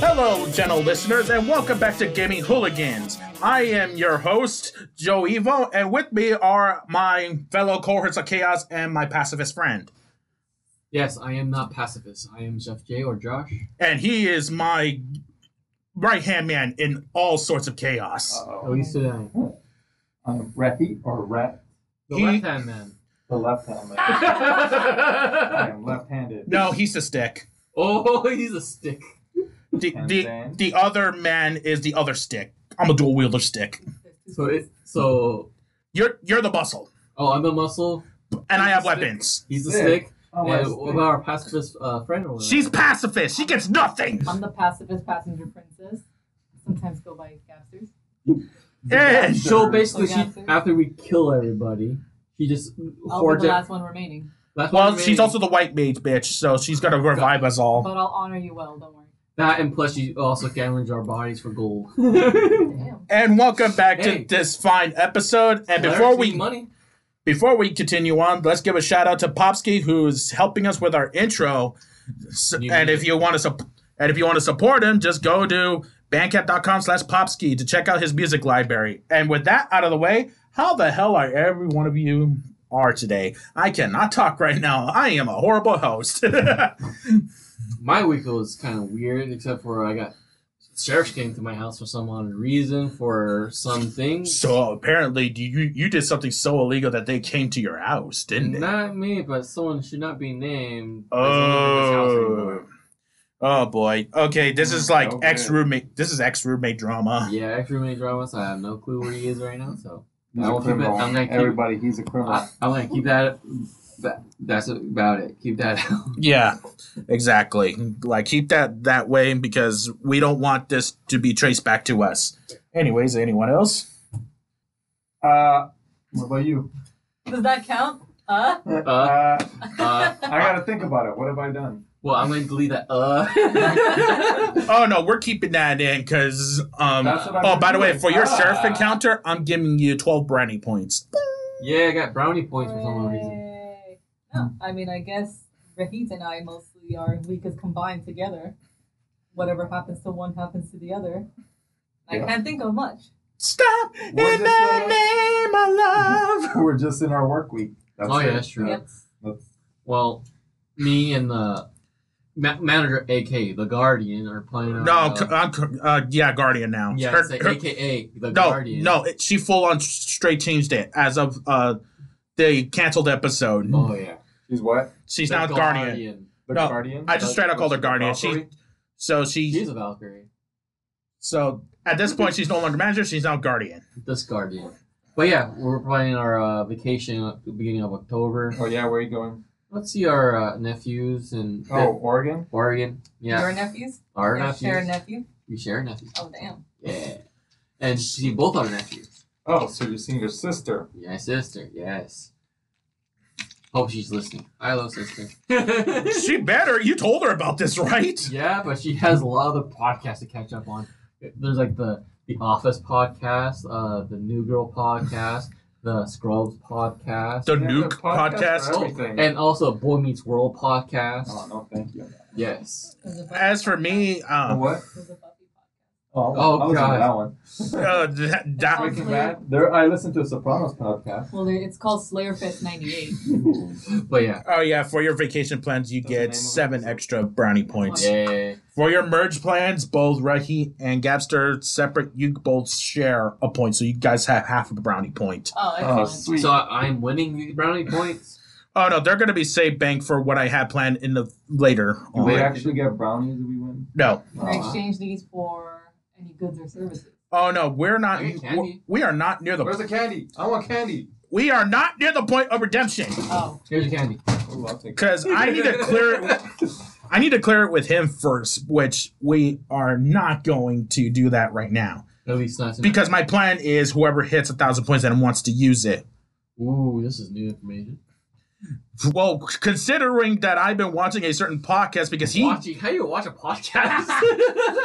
Hello, gentle listeners, and welcome back to Gaming Hooligans. I am your host, Joe Evo, and with me are my fellow cohorts of chaos and my pacifist friend. Yes, I am not pacifist. I am Jeff J or Josh. And he is my right hand man in all sorts of Uh, chaos. Oh, At least today. Um, Refi or Rep, The He- left hand man. the left hand man. I am left handed. No, he's the stick. oh, he's a stick. The, And the, then? the other man is the other stick. I'm a dual wielder stick. So it so You're you're the muscle, oh I'm a muscle. and I have Stick. weapons. He's a Stick. stick. Oh, and I what see. about our pacifist uh, friend over there? She's pacifist. She gets nothing. I'm the pacifist passenger princess. Sometimes go by gangsters. And so basically she Oh, yeah. after we kill everybody, she just I'll be hoards the it. last one remaining. That's what well, we she's made. also the white mage bitch, so she's gonna revive us all. But I'll honor you well, don't worry. that, and plus she also gallons our bodies for gold. Damn. And welcome back Hey. to this fine episode. And before we money, before we continue on, let's give a shout out to Popsky who's helping us with our intro. S- New and if music. you want to sup- and if you want to support him, just go to bandcamp.com slash popsky to check out his music library. And with that out of the way, how the hell are every one of you are today? I cannot talk right now. I am a horrible host. my week was kind of weird, except for I got sheriffs came to my house for some odd reason for something. so apparently you you did something so illegal that they came to your house, didn't they? Not me, but someone should not be named. as in this house Oh. anymore. Oh boy. Okay, this is like Okay. ex roommate. This is ex roommate drama. Yeah, extra many dramas. I have no clue where he is right now, so He's I a will keep it- criminal. I'm gonna keep it- Everybody, he's a criminal. I, I'm gonna keep that. that that's about it. Keep that out. Yeah, exactly. Like keep that that way because we don't want this to be traced back to us. Anyways, anyone else? Uh, what about you? Does that count? Huh? Uh, Uh, I gotta think about it. What have I done? well, I'm gonna delete that. Uh. Oh no, we're keeping that in because um. That's what I've Oh, been by the way, doing. for your Ah. sheriff encounter, I'm giving you 12 brandy points. yeah, I got brownie points for some odd reason. Yay. No, I mean, I guess Rahit and I mostly are weak as combined together. Whatever happens to one happens to the other. I Yeah. can't think of much. Stop in We're the just gonna- name of love. We're just in our work week. That's Oh it. yeah, that's true. Yep. That's- Well, me and the ma- manager, aka the Guardian, are playing. on, No, uh, c- I'm, c- uh, yeah, guardian now. yeah, Her- it's like her- aka the No, Guardian. no, it, she full on s- straight changed it as of uh the canceled episode. Oh yeah, She's what? She's The now Guardian. The No, guardian. I just straight up called her Guardian. She- Valkyrie? So she She's a Valkyrie. so at this point she's no longer manager, she's now Guardian. This Guardian. But yeah, we're planning our uh, vacation at the beginning of October. Oh yeah, where are you going? Let's see our uh, nephews and Oh, Oregon. Oregon. Yeah, Your nephews? our Your nephews. shared nephew? we share nephews. Oh, damn. Yeah, and see both our nephews. Oh, so you're seeing your sister. Yeah, sister. Yes. Hope she's listening. I love sister. she better. You told her about this, right? Yeah, but she has a lot of the podcasts to catch up on. There's like the the Office podcast, uh, the New Girl podcast, the Scrubs podcast, The You have Nuke podcast. for Everything. and also Boy Meets World podcast. oh no, thank you. Yes. There's a Buffy As for me, The uh, what? podcast. There's a Buffy podcast. Oh, Oh, I was God. on that one. uh that, that Breaking Bad. There, I listened to a Sopranos podcast. Well, there- it's called Slayer Fest 98. But yeah. oh yeah, for your vacation plans you That's the name get of it. seven extra brownie points. Yeah. For your merge plans, both Rahi and Gapster separate, you both share a point, so you guys have half of a brownie point. Oh, Oh, excellent. sweet. So I, I'm winning the brownie points. Oh no, they're gonna be saved bank for what I had planned in the later. Do on. we actually get brownies if we win? No. Or oh. exchange these for any goods or services. Oh no, we're not. I get candy. We are not near Where's the. the candy? I want candy. We are not near the point of redemption Oh, Here's your candy. Ooh, I'll take because I need to clear. It, I need to clear it with him first, which we are not going to do that right now At least not tonight. because my plan is whoever hits a thousand points and wants to use it Ooh, this is new information. Well, considering that I've been watching a certain podcast because he Watching, how you watch a podcast?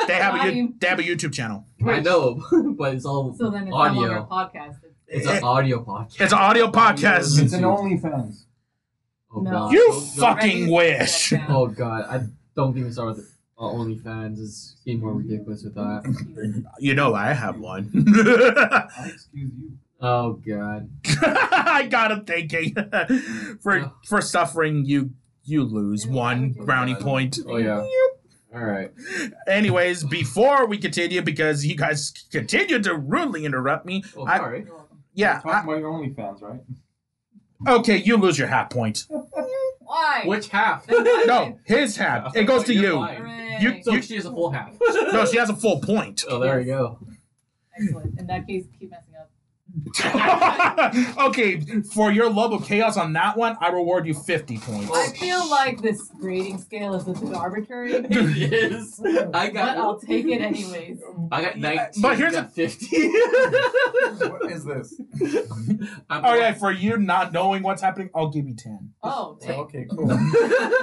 they have a Why? you- they have a YouTube channel. I know, but it's all So then it's no longer a audio. podcast. It's- It's an audio podcast. It's an audio podcast. It's an OnlyFans. Oh No. god. You Don't- don't- fucking wish. Oh god, I don't even start with uh, OnlyFans. It's getting more ridiculous with that. You know I have one. I excuse you. Oh god. I got him thinking for for suffering. You you lose one brownie point. Oh yeah. All right. Anyways, before we continue, because you guys continue to rudely interrupt me. Oh, I- sorry. You're welcome. Yeah. Talking about your OnlyFans, right? I- okay, you lose your half point. Why? Which half? No, his half. It goes to You're you. lying. Hooray. You- So she has a full half. No, she has a full point. Oh, there you go. Excellent. In that case, keep messing up. okay, for your love of chaos on that one, I reward you fifty I points. feel like this grading scale is a bit arbitrary, It is. I but I'll got. take it anyways. I got nineteen. But here's you a- got fifty. What is this? I'm Okay, for you not knowing what's happening, I'll give you ten. Oh, dang. Okay, cool.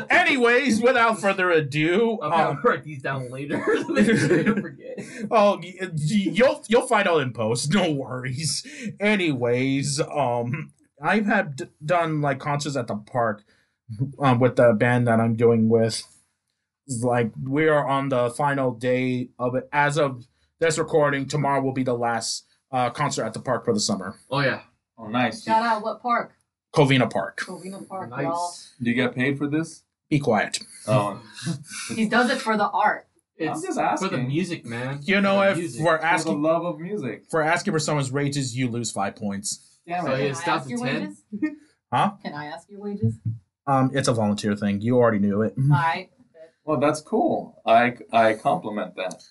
Anyways, without further ado, I'm gonna um, write these down later. I don't forget. oh, y- y- you'll you'll find out in post. No worries. Anyways, um, I have d- done like concerts at the park, um, with the band that I'm doing with. Like we are on the final day of it. As of this recording, tomorrow will be the last uh concert at the park for the summer, Oh yeah. Oh, nice. Shout out what park? Covina Park. Covina Park, y'all. Nice. You get paid for this? Be quiet. Oh, He does it for the art. It's I'm just for asking. the music, man. You know, For the if music. we're for the asking love of music. for asking for someone's wages, you lose five points. Damn So Oh, it. yeah, Can I stop ask at your 10. wages? Huh? Can I ask your wages? Um, it's a volunteer thing. You already knew it. All right. Well, that's cool. I I compliment that.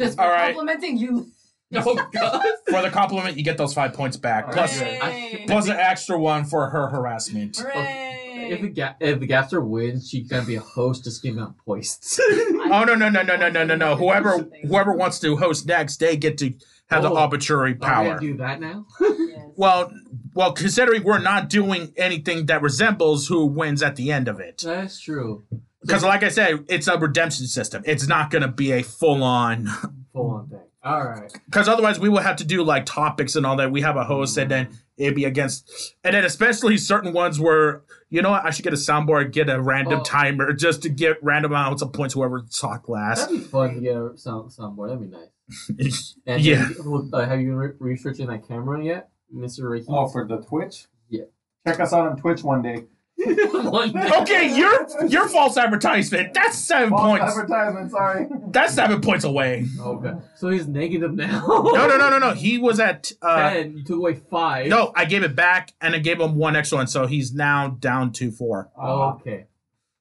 Just All for right. complimenting you. Oh god. For the compliment, you get those five points back. Plus, Alright. Hooray. plus an extra one for her harassment. Hooray. If the ga- if the Gaster wins, she's gonna be a host just giving out points. Oh no no no no no no no no! Whoever whoever wants to host next, they get to have the Oh. arbitrary Are we gonna power. do that now? Yes. Well, well, considering we're not doing anything that resembles who wins at the end of it, That's true. because like I said, it's a redemption system. It's not going to be a full on. Full on thing. All right. because otherwise we would have to do like topics and all that. We have a host, and then it'd be against, and then especially certain ones where you know what, I should get a soundboard, get a random Oh. timer just to get random amounts of points whoever talked last. That'd be fun to get some somewhere. That'd be nice. And Yeah. have you- uh, have you been re- researching that camera yet, Mister Ricky? Oh, for the Twitch? Yeah. Check us out on Twitch one day. One day. okay, your your false advertisement. That's seven False points. advertisement, sorry. That's seven points away. Okay. So he's negative now. No, no, no, no, no. He was at. Uh, Ten. You took away five. no, I gave it back, and I gave him one extra one, so he's now down to four. Uh, okay.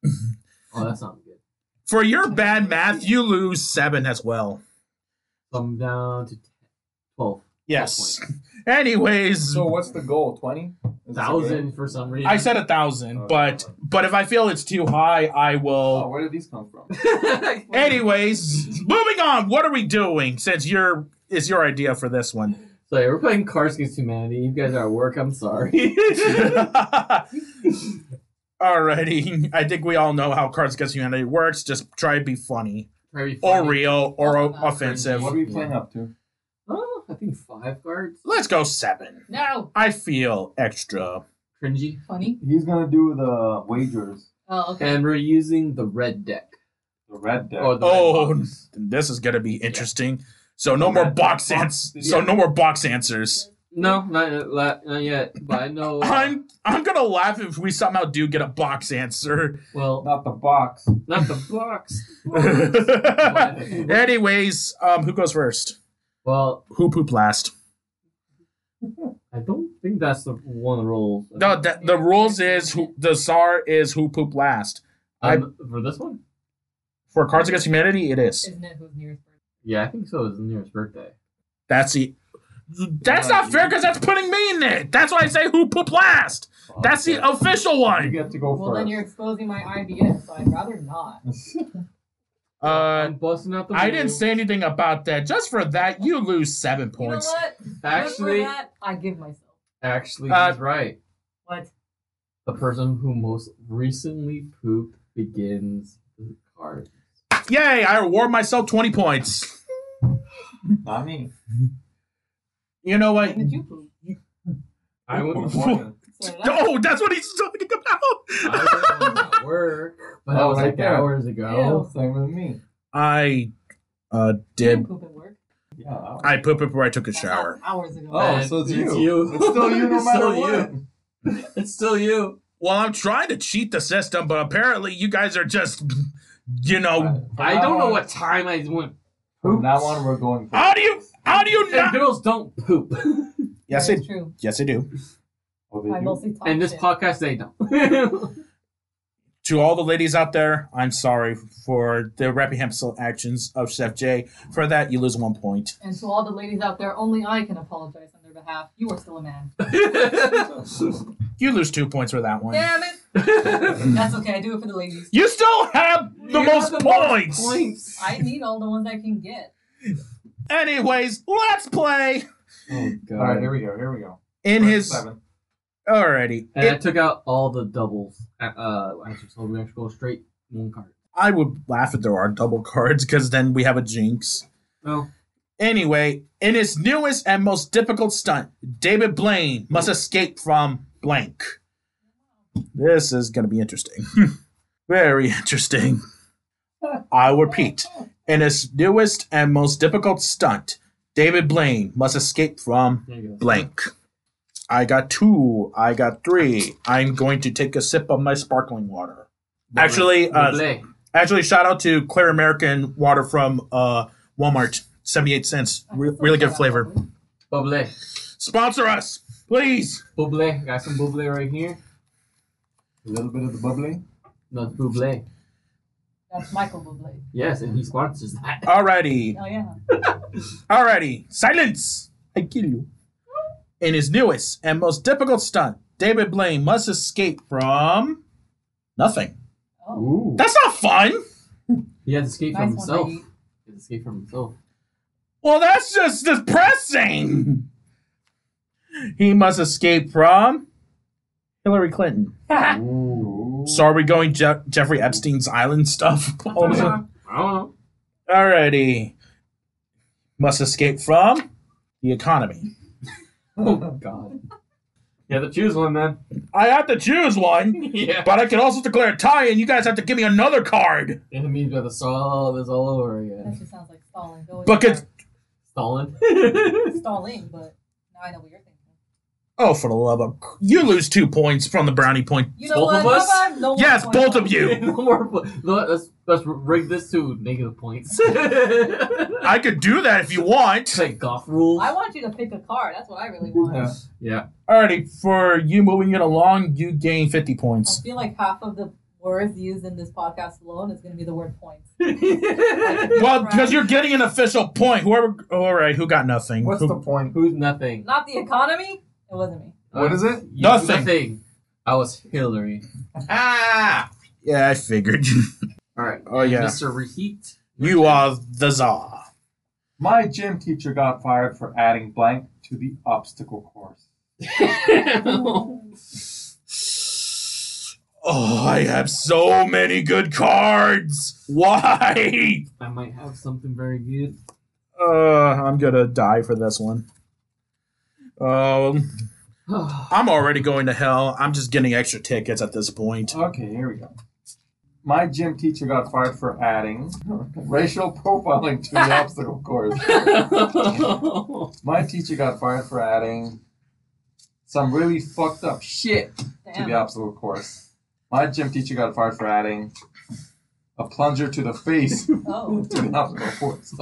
oh, that's not good. For your bad math, you lose seven as well. I'm down to 10, twelve Yes. Anyways, so what's the goal? 20? Is this a grade? thousand for some reason. I said a thousand, Okay. but but if I feel it's too high, I Oh, will. where did these come from? Anyways, moving on. What are we doing? Since your is your idea for this one. So yeah, we're playing Cards Against Humanity. You guys are at work. I'm sorry. Alrighty, I think we all know how Cards Against Humanity works. Just try to be funny, Very or funny. real, or o- Funny. offensive. What are we playing up to? Oh, I think five cards. Let's go seven. No. I feel extra. Cringy. Funny. He's gonna do the wagers, Oh, okay. And we're using the red deck. the red deck. Or the Oh. red box. This is gonna be interesting. So no Yeah. more box ans. So no more box answers. No, not, yet- la- not yet. But I know. I'm I'm gonna laugh if we somehow do get a box answer. uh, Well, Not the box. not the box. Anyways, um, who goes first? Well, Who pooped last? I don't think that's the one rule. No, the, the rules is who the czar is who pooped last. Um, for this one? For Cards Against Humanity, it is. Isn't it who's nearest bird? Yeah, I think so. It's the nearest birthday. That's the. That's not fair because that's putting me in it. That's why I say who pooped last. That's the official You one. get to go Well, then you're exposing my IBS, so I'd rather not. first. Uh, I'm busting out the. I rule. didn't say anything about that. Just for that, you lose seven You know points. what? Good for Actually, that, I give myself. Actually, Uh, he's right. What? The person who most recently pooped begins the card. Yay! I reward myself twenty points. Not me. You know what? Did you poop? I went, was I born. So that's- Oh, that's what he's talking about. went to work, but that Oh, was right like there. hours Oh, ago. same with me. I uh, you didn't did. poop at work. Yeah. that was- I pooped before I took a That's shower. not Hours ago. Oh, And so it's, it's you. you. It's still you no It's matter still what. It's still you. Well, I'm trying to cheat the system, but apparently you guys are just, you Oh, know, From I now don't know on- what time I went. From now on, we're going. for how do you, how do you And not? girls don't poop. Yes, That's I, true. yes, I do. Oh, I did you? mostly talk and this shit. podcast, they don't. To all the ladies out there, I'm sorry for the reprehensible actions of Chef J. For that, you lose one point. And to all the ladies out there, only I can apologize on their behalf. You are still a man. You lose two points for that one. Damn it! That's okay. I do it for the ladies. You still have the You most have the most points. points. I need all the ones I can get. Anyways, let's play. Oh god. All right, here we go. Here we go. In First his seven. alrighty, and I It- took out all the doubles. Uh, Uh, I just told we have to go straight one card. I would laugh if there are double cards because then we have a jinx. No. Anyway, in his newest and most difficult stunt, David Blaine must escape from blank. This is going to be interesting. Very interesting. I'll repeat. In his newest and most difficult stunt, David Blaine must escape from There you go. blank. I got two. I got three. I'm going to take a sip of my sparkling water. Actually, uh, Blay. Actually, shout out to Clear American water from uh, Walmart, seventy-eight cents. I Re- still really good shut up, flavor. probably. Buble. Sponsor us, please. Buble. Got some buble right here. A little bit of the bubbly. No, it's buble. That's Michael Bublé. Yes, and he sponsors that. Alrighty, Oh yeah. alrighty. Silence. I kill you. In his newest and most difficult stunt, David Blaine must escape from nothing. Oh, Ooh. That's not fun. He has escaped from nice one, himself. baby. He has escaped from himself. Well, that's just depressing. He must escape from Hillary Clinton. Ooh. So are we going Je- Jeffrey Epstein's island stuff? I don't know. Alrighty. Must escape from the economy. Oh god. You have to choose one, man. I have to choose one, yeah. but I can also declare a tie, and you guys have to give me another card. It means we have to start all this all over That again. just sounds like stalling. Go with But it's Stalin. that. stalling, but now I know what you're thinking. oh, for the love of you lose two points from the brownie point. You know Both what? of us? How about no Yes, one both of points? you. no more. pl- no, Let's let's rig this to negative points. I could do that if you want. Play golf rules. I want you to pick a card. That's what I really want. Yeah. Yeah. Alrighty, for you moving it along, you gain fifty I points. feel like half of the words used in this podcast alone is going to be the word points. Well, because you're getting an official point. Whoever, all right, who got nothing? What's Who- the point? Who's nothing? Uh, Not the economy. It wasn't me. What is it? You- Nothing. Nothing. I was Hillary. Ah. yeah, I figured. All right. Oh, yeah. Mr. Reheat. you are the czar. My gym teacher got fired for adding blank to the obstacle course. Oh, I have so many good cards. Why? I might have something very good. Uh, I'm gonna die for this one. Um, I'm already going to hell. I'm just getting extra tickets at this point. Okay, here we go. My gym teacher got fired for adding racial profiling to the obstacle course. My teacher got fired for adding some really fucked up shit to Damn. the obstacle course. My gym teacher got fired for adding a plunger to the face to Oh, the obstacle course.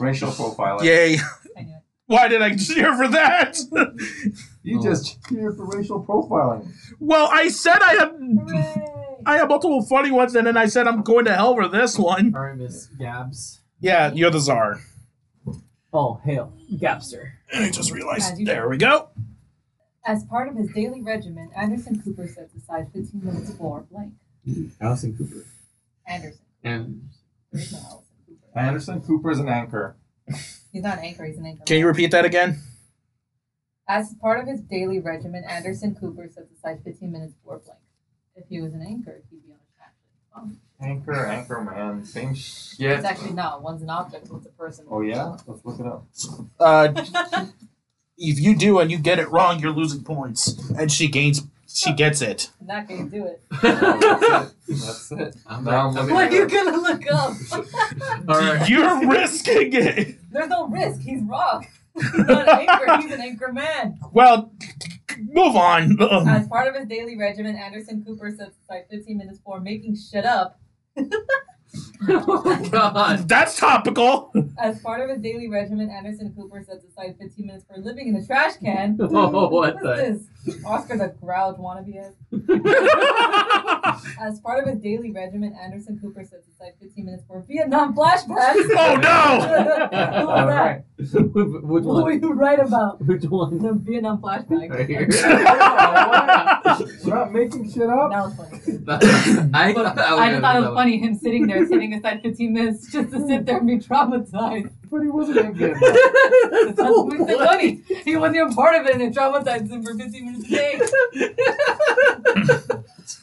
Racial profiling. Yay! I knew it. Why did I cheer for that? You just cheered for racial profiling. well, I said I have Hooray! I have multiple funny ones, and then I said I'm going to hell for this one. All right, Miss Gabs. Yeah, you're the czar. Oh, hail. Gabster. And I just realized. There we go. As part of his daily regimen, Anderson Cooper sets aside 15 minutes for blank. Allison Cooper. Anderson. And There's no Allison Cooper. Anderson Cooper is an anchor. He's not an anchor. He's an anchor. Can you repeat that again? As part of his daily regimen, Anderson Cooper sets aside 15 minutes for blank. If he was an anchor, he'd be on a chat. Um, Anchor, anchor man, same It's shit. actually not. One's an object, one's a person. Oh yeah, let's look it up. Uh, if you do and you get it wrong, you're losing points, and she gains. She gets it. I'm not going to do it. That's it. That's it. I'm Now I'm like, looking What at are you it. going to look up? all right. You're risking it. There's no risk. He's wrong. He's not an anchor. He's an anchor man. Well, move on. Um, As part of his daily regimen, Anderson Cooper sets aside 15 minutes for making shit up. oh my god. That's topical. As part of his daily regimen, Anderson Cooper sets aside 15 minutes for living in a trash can. Oh, what is the? this? Oscar the Grouch wannabe. is. As part of his daily regimen, Anderson Cooper sets aside 15 minutes for Vietnam flashbacks. Oh no! Who was All that? right. Which What were one? you right about? Which one? The Vietnam flashback. Right here. We're not making shit up. That was funny. I thought that was I just thought gonna it was funny him sitting there, setting aside 15 minutes just to sit there and be traumatized. But he wasn't in Vietnam. be That's what we said, What? Tony. He wasn't even part of it and it traumatized him for 15 minutes a day.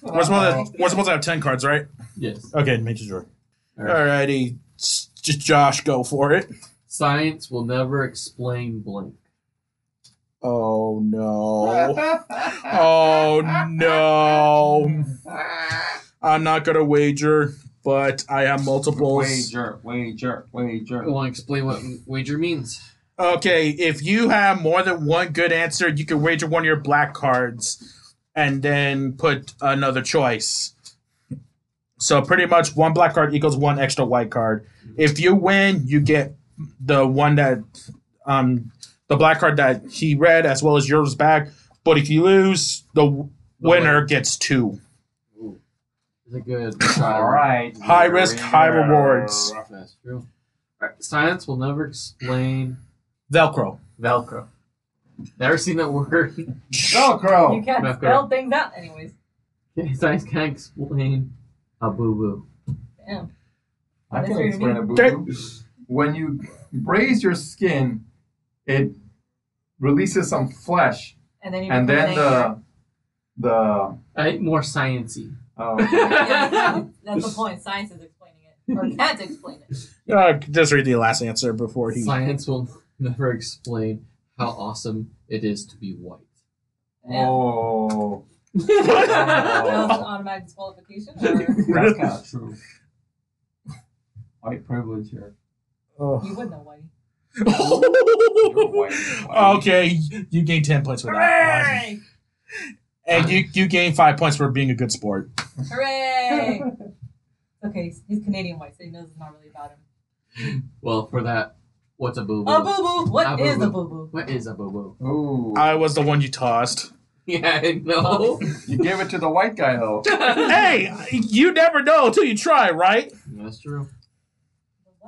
We're supposed, to, we're supposed to have ten cards, right? Yes. Okay, make sure. All right. Alrighty, S- just Josh, go for it. Science will never explain blank. Oh no! Oh no! I'm not gonna wager, but I have multiples. Wager, wager, wager. I want to explain what wager means. Okay, if you have more than one good answer, you can wager one of your black cards and then put another choice. So pretty much one black card equals one extra white card. If you win, you get the one that um the black card that he read as well as yours back. But if you lose, the winner gets two. Ooh. It's a good All right. High risk, high rewards. That's true. All right. Science will never explain Velcro. Velcro. Never seen that word. you Oh. Oh, Velcro. can't Back spell up. things out, anyways. Science can't explain a boo boo. Damn. I That's can what you explain a mean. boo boo. When you raise your skin, it releases some flesh, And then you and become then an anchor. the the. I more sciencey. Oh, Yeah, that's the point. Science is explaining it, or can't explain it. Uh, just read the last answer before he. Science will never explain how awesome it is to be white. Yeah. oh, That was Oh. an automatic disqualification. Or that's kind of true. White privilege here. you wouldn't know why. white, white. okay, you gain ten points for that one, Hooray! and you you gain five points for being a good sport. Hooray! Okay, he's Canadian white, so he knows it's not really about him. Well, for that, what's a boo A boo? boo boo. What A is a boo-boo. boo boo? What is a boo boo? Ooh, I was the one you tossed. Yeah, I know. you gave it to the white guy though. hey, you never know until you try, right? That's true.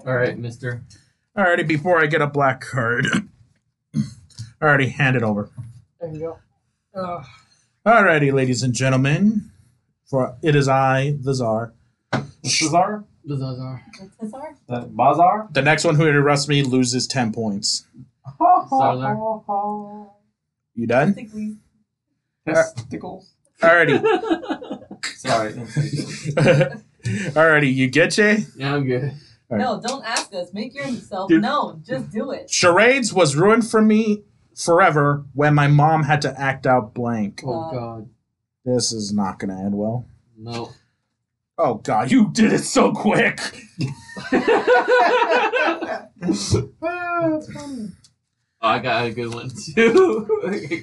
All right, Mister. Alrighty, before I get a black card. Alrighty, hand it over. There you go. Ugh. Alrighty, ladies and gentlemen, for it is I, the czar. Cesar, Bizarre. What's this are? the bazaar. The next one who interrupts me loses ten points. You done? Basically, Testicles. Alrighty, Sorry. insensitive. alrighty, you get you. Yeah, I'm good. No, don't ask us. Make yourself Dude. known. Just do it. Charades was ruined for me forever when my mom had to act out blank. Oh Uh, God, This is not going to end well. no. Oh god, you did it so quick. Oh, I got a good one too.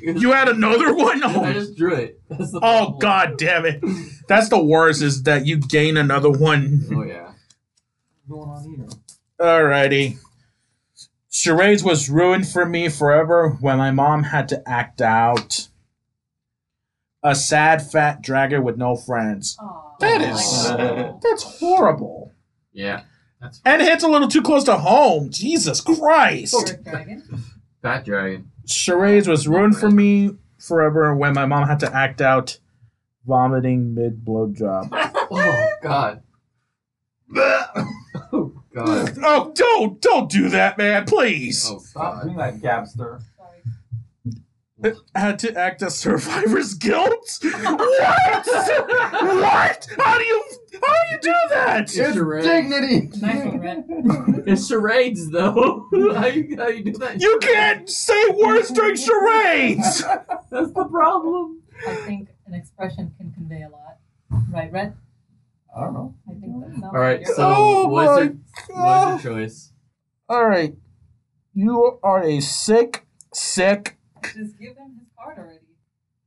You had another one. I Oh, just drew it. That's the oh problem. god damn it. That's the worst is that you gain another one. Oh yeah. going on here? Alrighty. Charades was ruined for me forever when my mom had to act out. A sad fat dragon with no friends. Aw. That Oh my is- God. That's horrible. Yeah. That's And it hits a little too close to home. Jesus Christ. You're a dragon? Fat Dragon. charades was ruined for me forever when my mom had to act out vomiting mid blowjob. Oh God. Oh God. Oh, don't don't do that, man! Please. Oh Stop God. doing that, Gabster. Sorry. had to act as survivor's guilt? what? what? How do you how do you do that? It's charades. dignity. Nice one, Red. It's charades, though. how, you, how you do that? in You charades? can't say words during charades. That's the problem. I think an expression can convey a lot. Right, Red? I don't know. I think that sounds All right. like your- So Oh what's my your what's your choice? All right, you are a sick, sick Just give him his card already.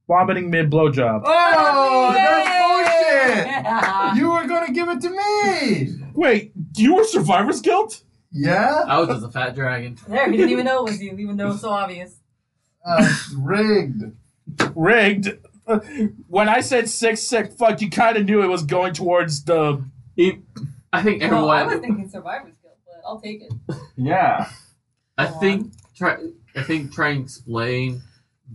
vomiting mid blowjob. Oh, that's bullshit! Yeah. You were gonna give it to me. Wait, you were survivor's guilt? Yeah. I was just a fat dragon. There, he didn't even know it was you, even though it's so obvious. Uh, it's rigged. Rigged. Uh, When I said sick, sick, fuck, you kind of knew it was going towards the. He- I think everyone. Well, I was thinking survivor's guilt, but I'll take it. Yeah. I Go think try. I think try and explain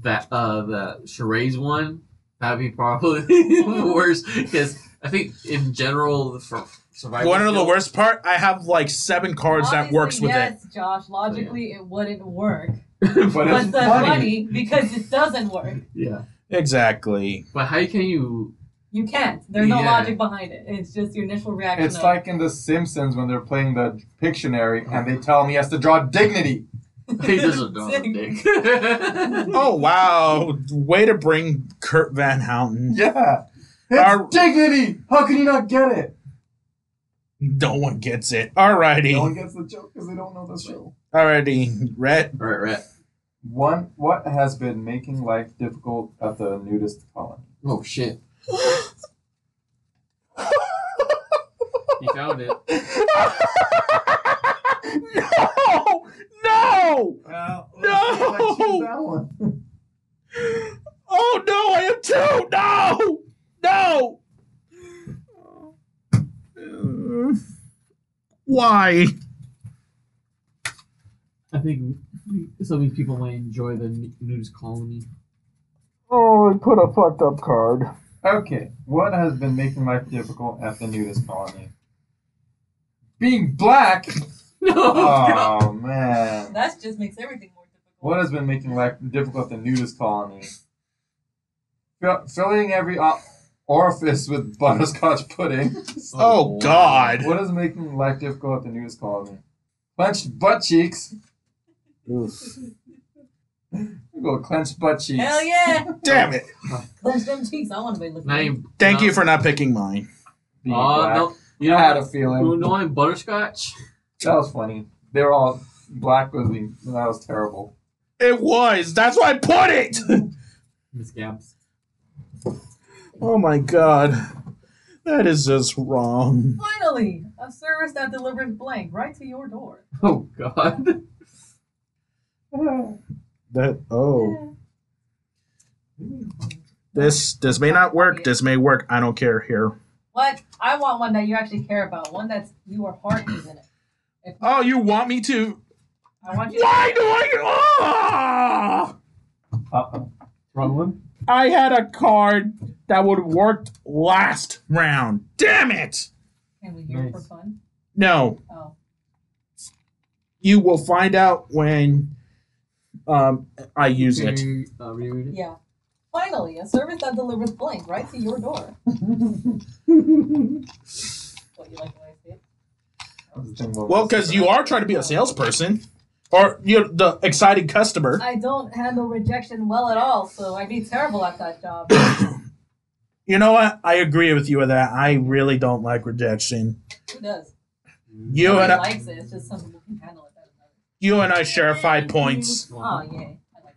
that uh the charades one that'd be probably the worst because I think in general the for survival. One of the skill- worst part, I have like seven cards that Obviously, works with it. Yes, Josh. Logically, it wouldn't work, But but it's that's funny. funny because it doesn't work. Yeah, Exactly. but how can you? You can't. There's no Yeah. logic behind it. It's just your initial reaction. It's of, like in The Simpsons when they're playing the Pictionary and they tell him he has to draw dignity. He doesn't know the dick. Oh, wow. Way to bring Kurt Van Houten. Yeah. It's Our- dignity. How can you not get it? No one gets it. Alrighty. No one gets the joke because they don't know the show. Alrighty. Red. All right, right. One, what has been making life difficult at the nudist colony? Oh shit. he found it. no! No! Well, let's see if I No! choose that Oh, no, I am too! No! No! Uh, Why? I think some of these people might enjoy the nudist colony. Oh, I put a fucked up card. Okay, what has been making life difficult at the nudist colony? Being black. No. Oh man. That just makes everything more difficult. What has been making life difficult at the nudist colony? Fill- Filling every o- orifice with butterscotch pudding. Oh, God. What is making life difficult at the nudist colony? Clenched butt cheeks. We go clenched butt cheeks. Hell yeah! Damn it. Clench them cheeks. I want to be looking. Now you- Thank now- you for not picking mine. Being Oh, black. Uh, no. You You know, had a you feeling. know I'm butterscotch? That was funny. They were all black with me. That was terrible. It was. That's why I put it. Miss Gabs. oh my god. That is just wrong. Finally, a service that delivers blank right to your door. Oh, God. That oh. This this may not work. This may work. I don't care here. What? I want one that you actually care about. One that's your heart is in it. If Oh, you want me to? I want you. Why do I? Ah! Uh-oh. Wrong one? I had a card that would have worked last round. Damn it! Can we hear it for Nice. fun? No, Oh, you will find out when um I use Can it. you, uh, reread it? yeah. Finally, a service that delivers blank right to your door. what you like when I say it? Well, because you are trying to be a salesperson, or you're the excited customer. I don't handle rejection well at all, so I'd be terrible at that job. You know what? I agree with you with that. I really don't like rejection. Who does? You and Nobody I, likes it. It's just some people can handle it better than you and I share five points, others. Oh, yay. I like that.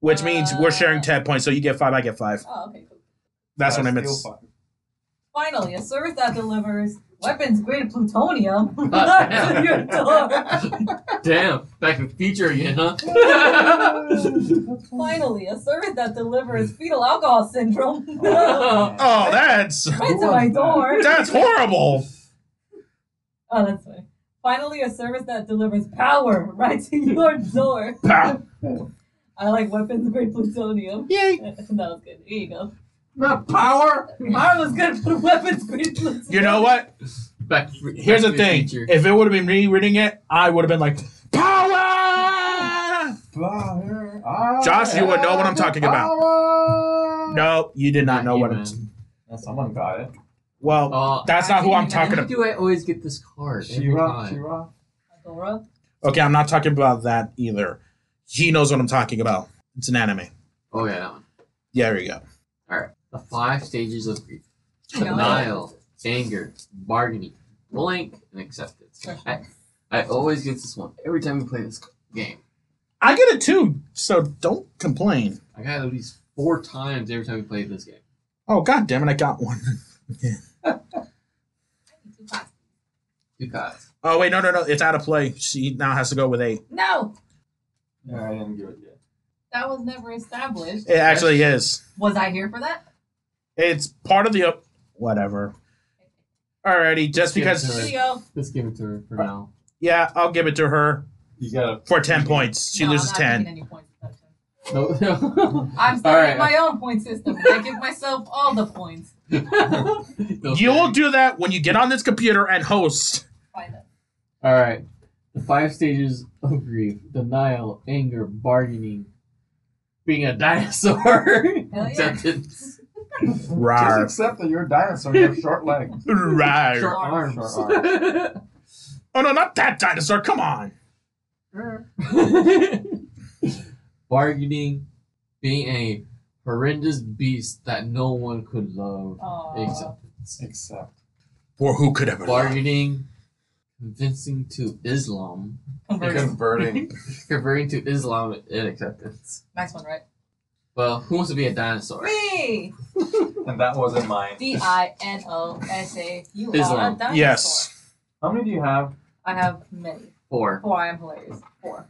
which means we're sharing ten points. So you get five, I get five. Oh, okay, cool. That's what I meant. Finally, a service that delivers weapons grade plutonium Ah, to your door. Damn. Back to the future again, huh? Finally, a service that delivers fetal alcohol syndrome right oh, Oh, that's to my door. that's horrible. Oh, that's funny. Finally, a service that delivers power right to your door. Pow. I like weapons grade plutonium. Yay. that was good. Here you go. Not power. Mine was good for weapons grade plutonium. You know what? back, back Here's to the thing. future. If it would have been me reading it, I would have been like, power. Power. Josh, you would know what I'm talking about. No, you did not know what I'm. Human. Someone got it. Well, Oh, That's not who I'm how talking about. Do I always get this card? every Shira, time? Shira. Adora. okay, I'm not talking about that either. He knows what I'm talking about. It's an anime. Oh yeah, that one. Yeah, there you go. All right. The five stages of grief: Denial. denial, anger, bargaining, blank, and acceptance. I, I always get this one every time we play this game. I get it too, so don't complain. I got it at least four times every time we play this game. Oh god damn it, I got one. Two cards. Oh wait, no, no, no, it's out of play. She now has to go with eight. No, Yeah, I didn't give it yet. that was never established. It actually is. Was I here for that? It's part of the up. Whatever. Alrighty, just Give it because. to her. Here you go. Let's give it to her for now. Yeah, I'll give it to her You gotta. for ten points. She No, I'm loses not ten. taking any points of that. No, no. I'm All right. starting my own point system. I give myself all the points. No, You will thanks. do that when you get on this computer and host. Find it. All right. The five stages of grief: denial, anger, bargaining, being a dinosaur, yeah. acceptance, Just Rar. accept that you're a dinosaur. You have short legs. Rar. short arms. Oh no, not that dinosaur. Come on. bargaining, being a horrendous beast that no one could love. Aw. Acceptance. Except. Or who could ever? lie? Bargaining, convincing to Islam, Conversion. Converting. converting to Islam, and acceptance. Next one, right? Well, who wants to be a dinosaur? Me. and that wasn't mine. D I N O S A. You are a Islam. dinosaur. Yes. How many do you have? I have many. Four. Four. I am hilarious. Four.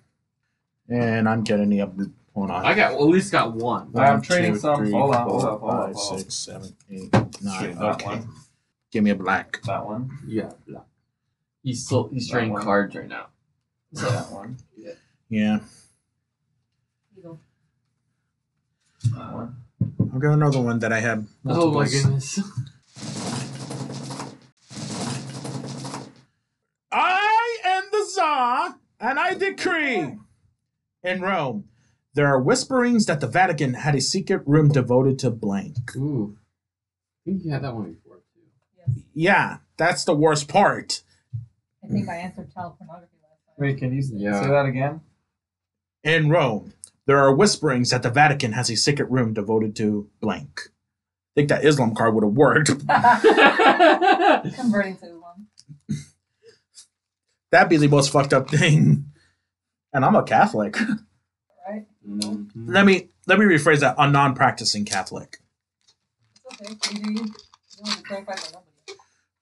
And I'm getting the up. Hold on. I got well, at least got one. One, I'm trading two, some. three, Hold on, four, hold up, hold up, five, hold up. six, seven, eight, Shit, nine. that Okay. one. Give me a black. That one. Yeah. yeah. He's still he's That trading one. cards right now. That one. Yeah. Eagle. That one. I'll get another one that I had. Oh my multiples. goodness. I am the Tsar, and I decree in Rome. There are whisperings that the Vatican had a secret room devoted to blank. Ooh. I think you had that one before too. Yes. Yeah, that's the worst part. I think I answered child pornography last time. Wait, can you s- Yeah. say that again? In Rome, there are whisperings that the Vatican has a secret room devoted to blank. I think that Islam card would have worked. Converting to Islam. That'd be the most fucked up thing. And I'm a Catholic. Right? Mm-hmm. Mhm. Let me let me rephrase that. A non-practicing Catholic. It's okay. You do you. You don't have to clarify for nobody.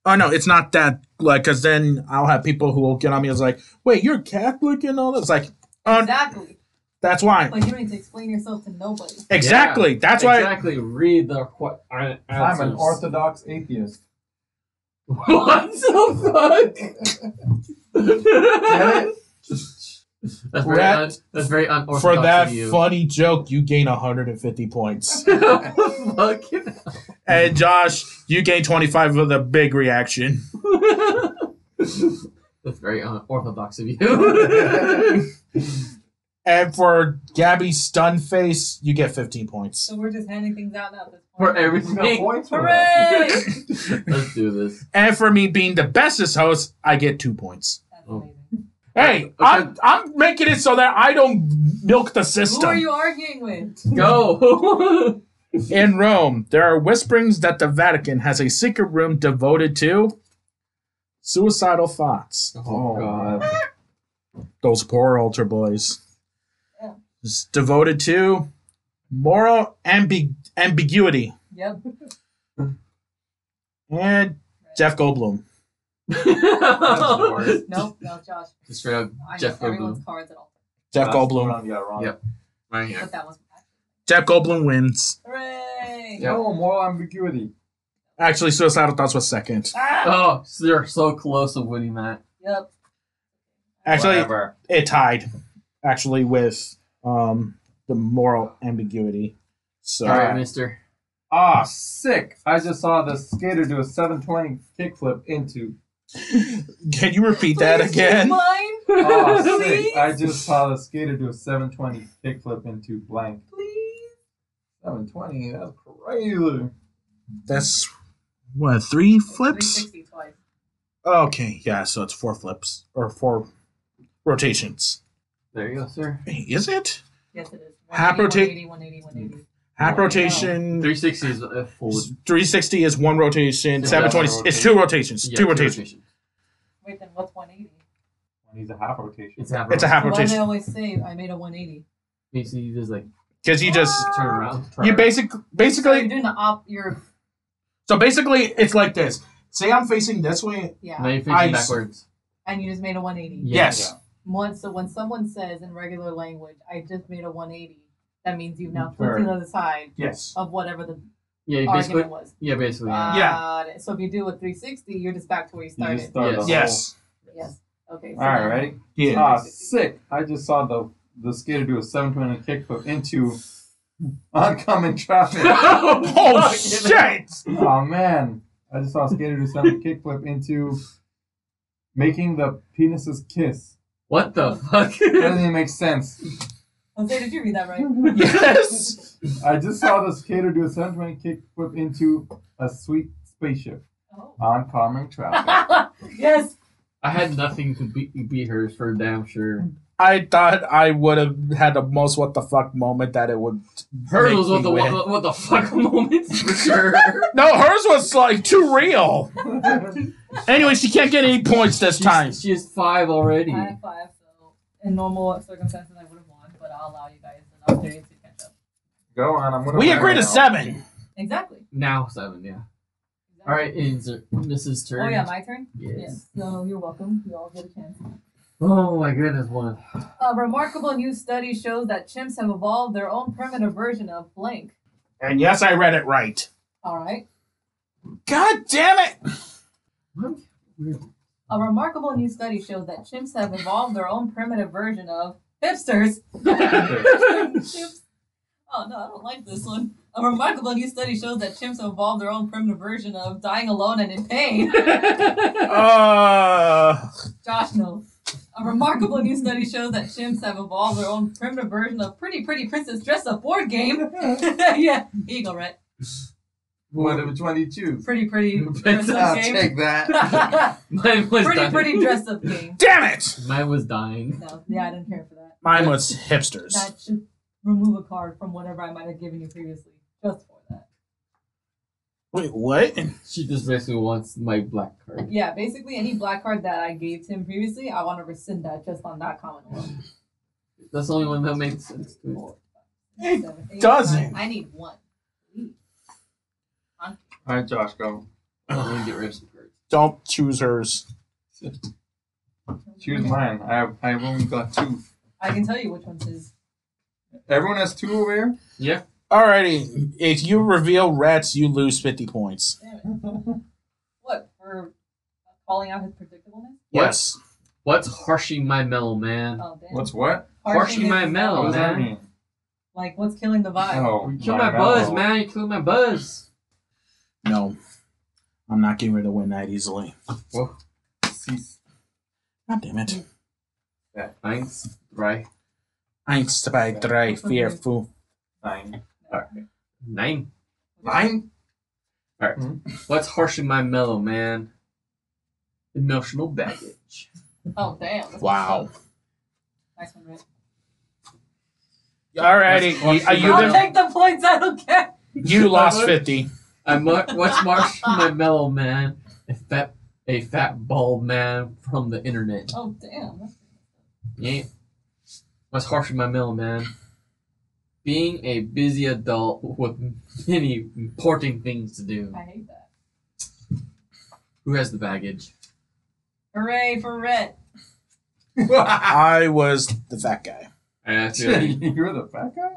Oh no, it's not that. Like, cause then I'll have people who will get on me. It's like, wait, you're Catholic and all that. It's like, oh, Exactly. that's why. Like you don't need to explain yourself to nobody. Exactly. That's why. Exactly. Read the qu- an- I'm an answers. Orthodox atheist. What the fuck? that's For very that- un- that's very unorthodox For that of you. funny joke, you gain 150 points. Fucking and Josh, you gain 25 with a big reaction. That's very unorthodox of you. And for Gabby Stunface, you get 15 points. So we're just handing things out now at this point. For You got everything. points for that. Hooray! Let's do this. And for me being the bestest host, I get two points. That's Oh. amazing. Hey, Okay. I'm, I'm making it so that I don't milk the Who are system. you arguing with? Go. In Rome, there are whisperings that the Vatican has a secret room devoted to suicidal thoughts. Uh-huh. Oh, God. Those poor altar boys. Yeah. It's devoted to moral ambi- ambiguity. Yep. And Jeff Goldblum. worse. No, no, Josh. Just straight up I Jeff know everyone's Goldblum. cards at all. Jeff That's the Goldblum. one you got wrong. Yep. Right here. But that was Jeff Goldblum wins. hooray. Yep. No moral ambiguity. Actually, suicidal thoughts was second. Ah! Oh, so you're so close to winning that. Yep. Actually, Whatever. it tied. Actually, with um, the moral ambiguity. So All right, Alright. mister. Ah, sick! I just saw the skater do a 720 kickflip into Can you repeat that Please keep again? Mine, Oh, please, sick. I just saw the skater do a 720 kickflip into blank. please. 720, that's crazy. That's what three flips. 360 twice. Okay, yeah. So it's four flips or four rotations. There you go, sir. Hey, Is it Yes, it is. Half 180, 180, 180, 180. half Oh, rotation? 360 is a full. Three sixty is one rotation. Yeah, Seven twenty. that's a It's two rotations. yeah, two rotations. rotation. Wait, then what's 180? He's a half rotation. It's half. It's a half Well, I rotation always say I made a 180. Means you just like because you just turn around. Turn you around. basic So you're basically. doing the op. You're So basically, it's like this. Say I'm facing this way. yeah, Now you're facing I- backwards. and you just made a 180. Yeah. Yes. One, so when someone says in regular language, "I just made a 180," that means you've now Sure. flipped to the other side Yes. of whatever the Yeah, you basically. argument Uh, was. Yeah, basically. Yeah. Yeah. Got it. So if you do a 360, you're just back to where you You started. just start Oh. the Yes. Yes. yes. Okay. so All right, now- ready? Yeah. Ah, sick. I just saw the the skater do a 720 kickflip into oncoming traffic. oh shit! oh, man. I just saw a skater do a 720 kickflip into making the penises kiss. What the fuck? That doesn't even make sense. Jose, did you read that right? Yes. I just saw the skater do a 720 kickflip into a sweet spaceship. Oh. Oncoming traffic. yes. I had nothing to beat beat hers for damn sure. I thought I would have had the most what the fuck moment that it would. Hers make was what me the win. what, what the fuck moments for sure. No, hers was like too real. Anyway, she can't get any points this time. She's, she's five already. I have five, so in normal circumstances, I would have won, but I'll allow you guys an opportunity to catch up. Go on. I'm gonna We win agree to now. seven. Exactly. Oh, Now seven, yeah. All right, it's uh, Mrs. Turn. Oh yeah, my turn. Yes. No, you're welcome. You all get a chance. Oh my goodness, one. A remarkable new study shows that chimps have evolved their own primitive version of blank. And yes, I read it right. All right. God damn it! What? A remarkable new study shows that chimps have evolved their own primitive version of hipsters. Chimps. Oh no, I don't like this one. A remarkable new study shows that chimps have evolved their own primitive version of dying alone and in pain. Uh, Josh knows. A remarkable new study shows that chimps have evolved their own primitive version of Pretty Pretty Princess Dress Up board game. yeah, here you go, Rhett. What, which one do you choose? Pretty Pretty Dress I'll Up game. take that. pretty Mine was dying. Pretty Dress Up game. damn it! Mine was dying. No, yeah, I didn't care for that. Mine was hipsters. That should remove a card from whatever I might have given you previously, just for that. Wait, what? She just basically wants my black card. Yeah, basically any black card that I gave to him previously, I want to rescind that just on that comment alone. That's the only one that makes sense. to It Seven, eight, doesn't. nine. I need one. All right, Josh, go. it. I'm gonna get rid of some cards. Don't choose hers. Choose mine. I have, I've only got two. I can tell you which one's his. Everyone has two over here? Yeah. Alrighty, if you reveal rats, you lose fifty points. Damn it. What for calling out his predictableness? What? Yes. What's harshing my mellow, man? Oh damn! What's what? harshing my his mellow, what mellow. does that Oh, man. mean? Like what's killing the vibe? Oh, you killed my, buzz, man. You killed my buzz. No, I'm not getting rid of win that easily. Oh, Cease. God damn it! Thanks. Right. Ein, zwei, drei, vier, fünf. Nine. Nine. Nine? What's harshing my mellow, man? Emotional baggage. Oh damn! that's Wow. what's up. Nice one, Rick. Alrighty, What's- what's are you the- I'll the- take the points. I don't care. you lost fifty. I'm mar- what's harshing my mellow, man? A fat, a fat bald man from the internet. Oh damn! Yeah. What's harshing my mellow, man? Being a busy adult with many important things to do. I hate that. Who has the baggage? Hooray for Rhett! I was the fat guy. I actually- You're the fat guy?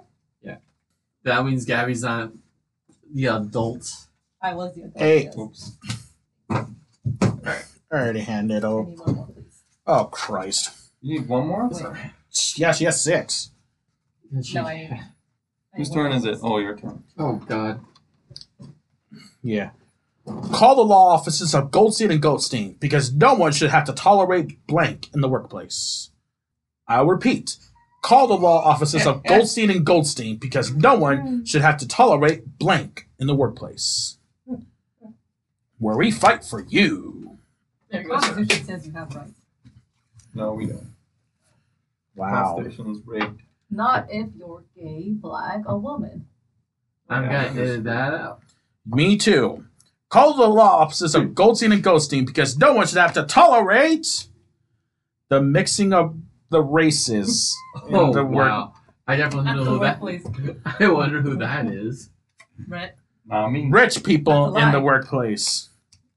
that means Gabby's not the adult. I was the adult. Hey. yes. Oops. I already handed I over. need one more, please. Oh Christ! You need one more? Wait. Yeah, she has six. No, I need. Whose turn is it? Oh, your turn. Oh God. Yeah. Call the law offices of Goldstein and Goldstein because no one should have to tolerate blank in the workplace. I'll repeat. Call the law offices of Goldstein and Goldstein because no Hmm. one should have to tolerate blank in the workplace. Where we fight for you. The Constitution says you have rights. No, we don't. Wow. Constitution is rigged. Not if you're gay, black, or woman. I'm Yeah. gonna edit that out. Me too. Call the law offices of Goldstein and Goldstein because no one should have to tolerate the mixing of the races. in Oh the work- wow! I definitely At know the that. workplace. I wonder who that is. Brett. Not me. Rich people That's a in the lie. workplace.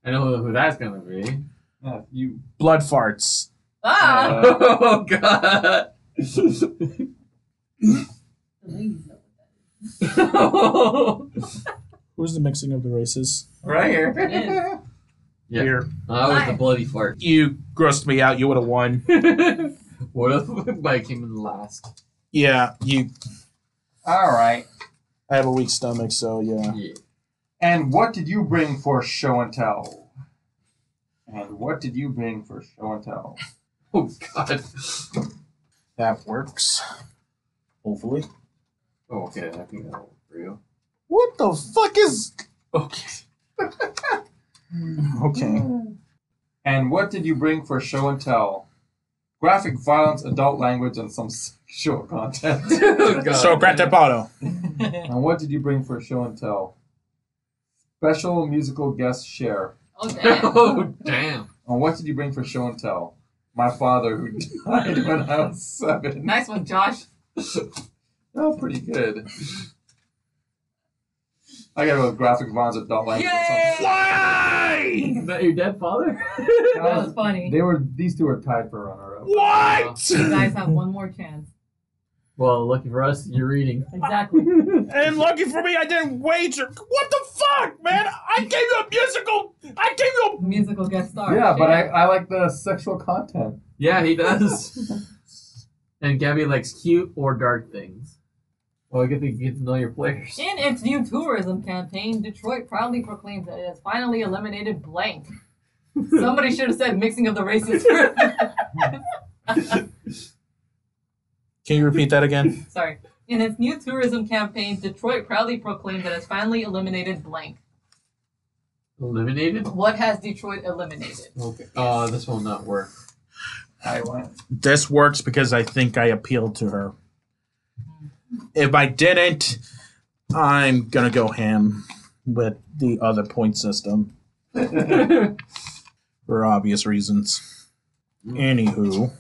I know who that's gonna be. Yeah, you. Blood farts. Ah! Uh, oh god! the ladies know what Who's the mixing of the races? Right that is. It is. here. Yeah. Here. I was the Why? bloody fart. You grossed me out. You would have won. what if I came in last? Yeah, you. All right. I have a weak stomach, so yeah. Yeah. And what did you bring for show and tell? And what did you bring for show and tell? Oh god. That works. Hopefully. Oh, Okay, I think that'll work for you. What the fuck is. Okay. okay. And what did you bring for show and tell? Graphic violence, adult language, and some sexual content. oh, god. So, Grand Theft Auto. and what did you bring for show and tell? Special musical guest share. Oh, damn. Oh damn! And what did you bring for show and tell? My father, who died when I was seven. Nice one, Josh. Oh, pretty good. I gotta go with graphic violence, adult language, and some. Why? Is that your dead father? That was funny. They were these two are tied for runner up. What? You guys have one more chance. well, lucky for us, you're reading. Exactly. And lucky for me, I didn't wager. What the fuck, man? I gave you a musical. I gave you Musical guest star. Yeah, but I, I like the sexual content. Yeah, he does. and Gabby likes cute or dark things. Well, I get to get to know your players. In its new tourism campaign, Detroit proudly proclaims that it has finally eliminated blank. Somebody should have said mixing of the races first. Can you repeat that again? Sorry. In its new tourism campaign, Detroit proudly proclaimed that it has finally eliminated blank. Eliminated? What has Detroit eliminated? Okay. Uh, this will not work. I went. This works because I think I appealed to her. If I didn't, I'm gonna go ham with the other point system for obvious reasons. Anywho,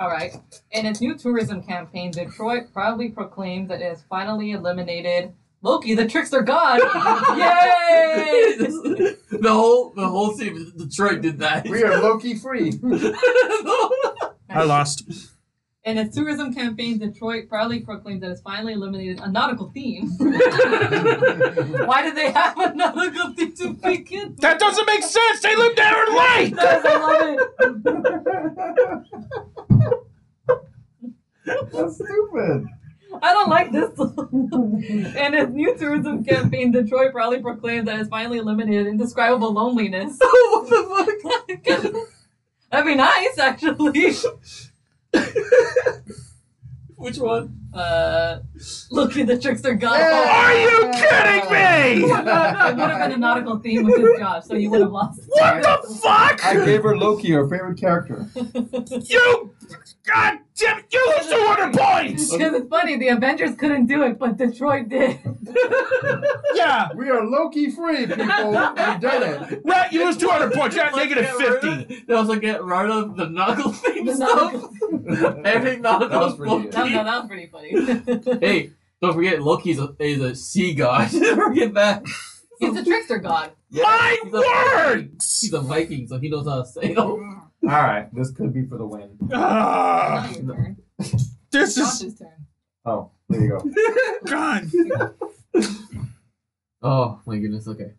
All right. In its new tourism campaign, Detroit proudly proclaims that it has finally eliminated Loki, the trickster god. Yay! the whole the whole city of Detroit did that. We are Loki free. I lost. In its tourism campaign, Detroit proudly proclaims that it's finally eliminated a nautical theme. Why do they have a nautical theme to begin with? That doesn't make sense. They live down in lake. Yes, I love it. That's stupid. I don't like this. In its new tourism campaign, Detroit proudly proclaims that it's finally eliminated indescribable loneliness. what the fuck? That'd be nice, actually. Which one? Uh, look at the trickster god. Are you kidding me? No, no, Oh. it would have been a nautical theme with his job, so you would have lost. What the fuck? I gave her Loki, her favorite character. You, god damn, it, you lose 200 points. Because it's funny, the Avengers couldn't do it, but Detroit did. Yeah, We are Loki free, people. We did it. right. You lose 200 points. You're at Let's negative get rid 50. of- They also get rid of the knuckle thing The stuff. nautical- Every knuckle. That was pretty good. No, no, that was pretty funny. Hey, don't forget Loki's a, is a sea god. don't forget that. He's a trickster god. My He's a- words! He's a Viking, so he knows how to sail. All right, this could be for the win. Ah, Not your turn. this is Josh's turn. Oh, there you go. God. Oh my goodness, okay.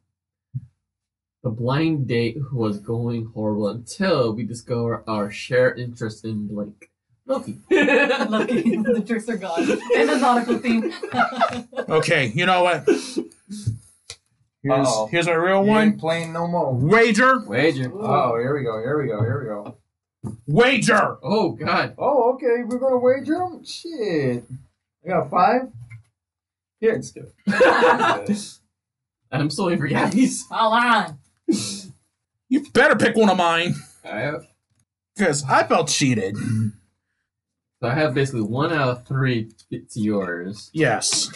The blind date was going horrible until we discover our shared interest in Blake. Loki. Lucky the trickster god and the nautical theme. Okay, you know what? Here's Uh-oh. here's a real You ain't one. playing no more. Wager, Wager. Oh, here we go. Here we go. Here we go. wager. Oh God. Oh, okay. We're gonna wager them. Shit. I got five. Yeah, just kidding. I'm still in for Gabby's. Fall on. You better pick one of mine I have, because I felt cheated. So I have basically one out of three to yours. Yes.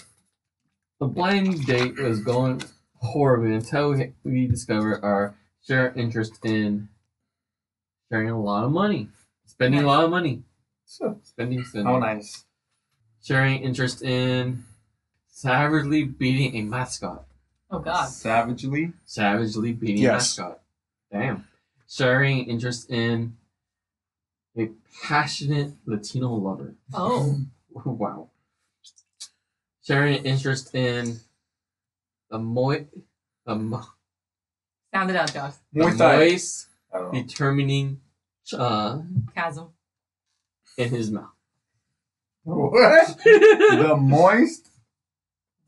The blind date was going horribly until we, we discovered our shared interest in sharing a lot of money, spending a lot of money, spending, spending, how Oh, nice. sharing interest in savagely beating a mascot, Oh God. Savagely. savagely beating a Yes. mascot. Damn, sharing interest in a passionate Latino lover. Oh. Wow. Sharing an interest in the moi the, mo- Sound it out, Josh. the Muay Thai. moist I don't know. determining uh Chasm. in his mouth. What? the moist,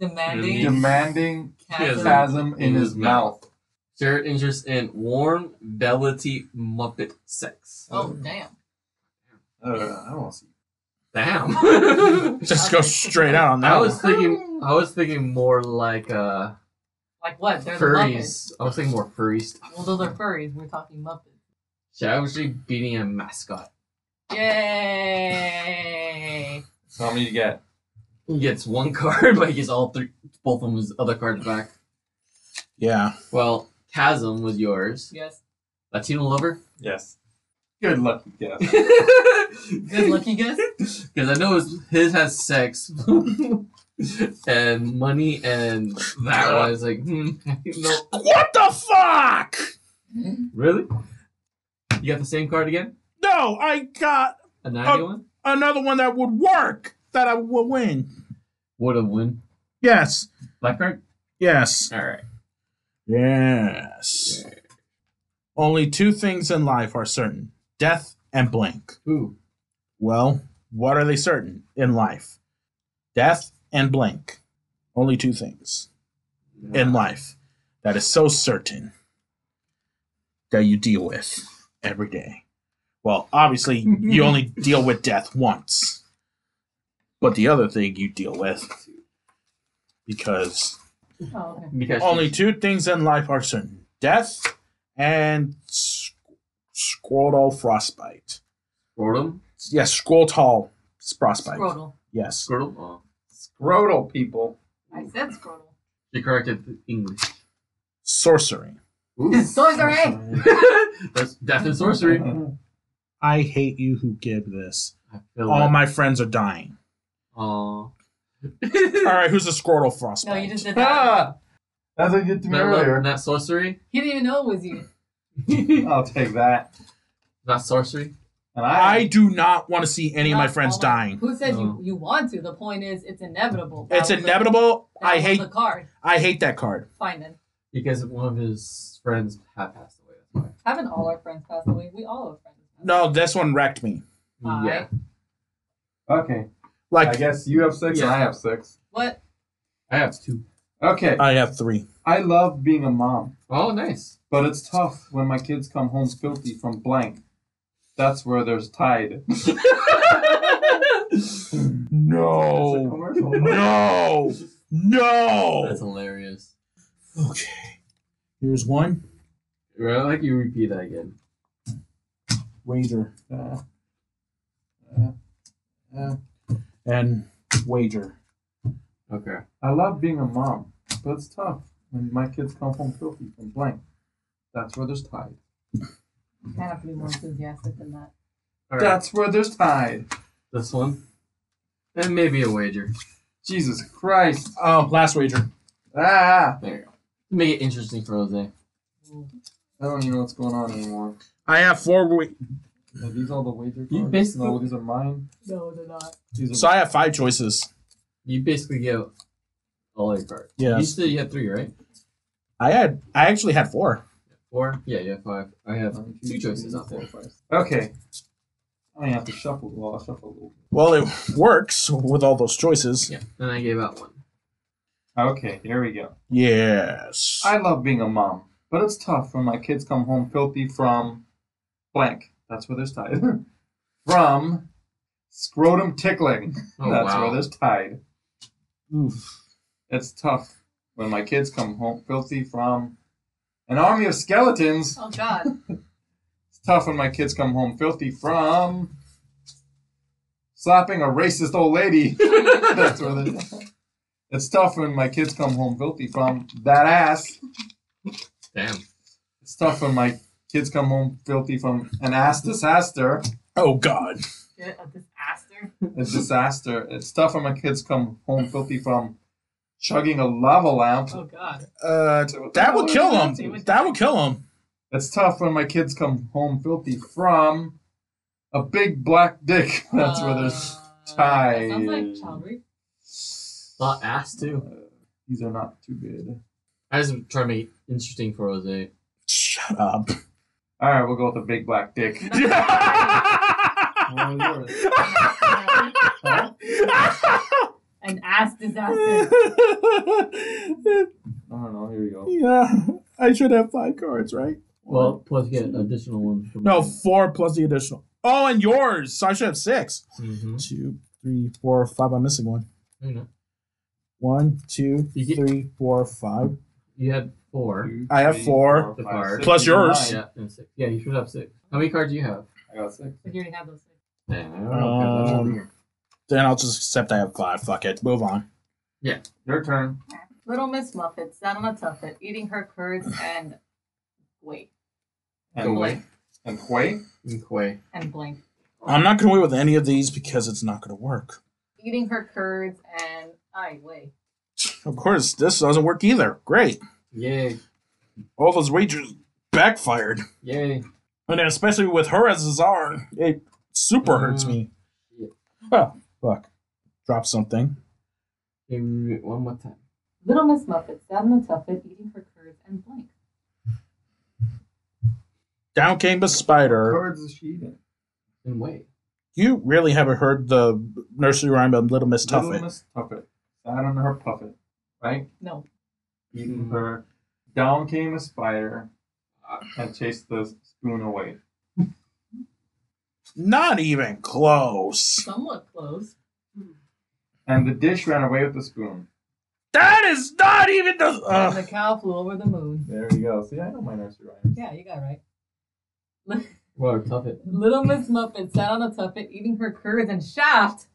Demanding. Demand- demanding chasm. chasm in his mouth. Shared interest in warm, velvety Muppet sex. Oh damn. Uh, I don't see. Damn. Just go straight out on that. I was Oh. one. thinking I was thinking more like uh Like what? They're the furries. I was thinking more furry Muppets. stuff. Well, those are furries. We're talking Muppets. Savagely beating a mascot. Yay! So how many you get? He gets one card, but he gets all three both of his other cards back. Yeah. Well, Chasm was yours. Yes. Latino lover. Yes. Good lucky guess. Good Good lucky guess. Because I know his, his has sex and money, and that one is like, hmm, no. What the fuck? Really? You got the same card again? No, I got A Oh. 91? another one that would work that I will win. Would have win. Yes. Black card? Yes. Alright. Yes. Only two things in life are certain death and blank. Ooh. Well, what are they certain in life? Death and blank. Only two things in life that is so certain that you deal with every day. Well, obviously, you only deal with death once. But the other thing you deal with, because Oh, okay. Because only two things in life are certain death and squ- scrotal frostbite. Scrotum? Yes, scrotal frostbite. Scrotal. Yes. Scrotum? Oh. Scrotal people. I said scrotal. She corrected the English. Sorcery. Ooh. Sorcery. That's death and sorcery. I hate you who give this. I feel All it. Oh my friends are dying. Aw. All right, who's a Squirtle No, Frostbite? you just did that. ah! That's what you did to me Not- Not, earlier. not sorcery? He didn't even know it was you. I'll take that. Not sorcery? And I I, do not want to see any of my Not friends all dying. Who says you, Oh. No. you want to? The point is, it's inevitable. That It's was the- inevitable. that I was hate the card. I hate that card. Fine then. Because one of his friends had passed away. That's why. Haven't all our friends passed away? We all have friends. No, this one wrecked me. All yeah. right. okay. I Like guess you have six and Yeah. I have six. What? I have two. Okay. I have three. I love being a mom, Oh, nice. but it's tough when my kids come home filthy from blank. That's where there's tide. That's a No. commercial. No. That's No. hilarious. Okay. Here's one. Well, I like you repeat that again. Wager. Uh, And wager. Okay. I love being a mom, but it's tough when my kids come home filthy from blank. That's where there's tide. I have to be more enthusiastic than that. All right. That's where there's tide. This one. And maybe a wager. Jesus Christ. Oh, last wager. Ah! There you go. Make it interesting for Jose. I don't even know what's going on anymore. I have four. Wa- Are these all the wager cards? You basically- No, these are mine. No, they're not. These are so I have five choices. You basically get all your cards. You Yes. said you had three, right? I had. I actually had four. Four? Yeah, you have five. I have One, two choices three, out there. four, five. Okay. I have to shuffle. Well, I'll shuffle a little. Well, it works with all those choices. Yeah. And I gave out one. Okay, here we go. Yes. I love being a mom, but it's tough when my kids come home filthy from blank. That's where there's tied. from scrotum tickling. Oh, That's wow. where there's tied. Oof. It's tough when my kids come home filthy from an army of skeletons. Oh God. It's tough when my kids come home filthy from slapping a racist old lady. That's where they. It's tough when my kids come home filthy from that ass. Damn. It's tough when my kids come home filthy from an ass disaster. Oh God. Shit, a disaster. A disaster. It's tough when my kids come home filthy from chugging a lava lamp. Oh God. Uh, that would kill him. That would kill him. It's tough when my kids come home filthy from a big black dick. That's where there's. Uh, tied. Sounds like child rape. Not ass too. These are not too good. I just try to make it interesting for Jose. Shut up. All right, we'll go with a big black dick. What was yours? An ass disaster. I don't know. Here we go. yeah, I should have five cards, right? Well, plus get an additional one. From No, four plus the additional. Oh, and yours. So I should have six. Mm-hmm. Two, three, four, five. I'm missing one. You, One, two, You get- three, four, five. you had four. Two, I have three, four. five, Five. six, Plus seven, yours. nine. Oh, Yeah, and six. Yeah, you should have six. How many cards do you have? I got six. But you already had those. Man, I don't know. Okay, that's over here. Then I'll just accept I have five. Fuck it. Move on. Your turn. Little Miss Muffet sat on a tuffet, eating her curds and wait And away. And Quay. Inkway. and blank, I'm not going to wait with any of these because it's not going to work. eating her curds and I wait. Of course, this doesn't work either. Great. Yay. All those wagers backfired. Yay. And then especially with her as a czar, it super Mm. hurts me. Yeah. Oh, fuck. Drop something. Hey, read it One more time. Little Miss Muffet sat on a tuffet, eating her curds and blank. Down came the spider. Cards is she eating? And wait. You really haven't heard the nursery rhyme of Little Miss Little Tuffet. Miss Tuffet. Sat on her puppet, right? No. Eating her. Down came a spider uh, and chased the spoon away. Not even close. Somewhat close. And the dish ran away with the spoon. That is not even the. And Ugh. the cow flew over the moon. There you go. See, I know my nursery rhymes. Yeah, you got it right. Well, tough it. Little Miss Muffet sat on a tuffet, eating her curds and shaft.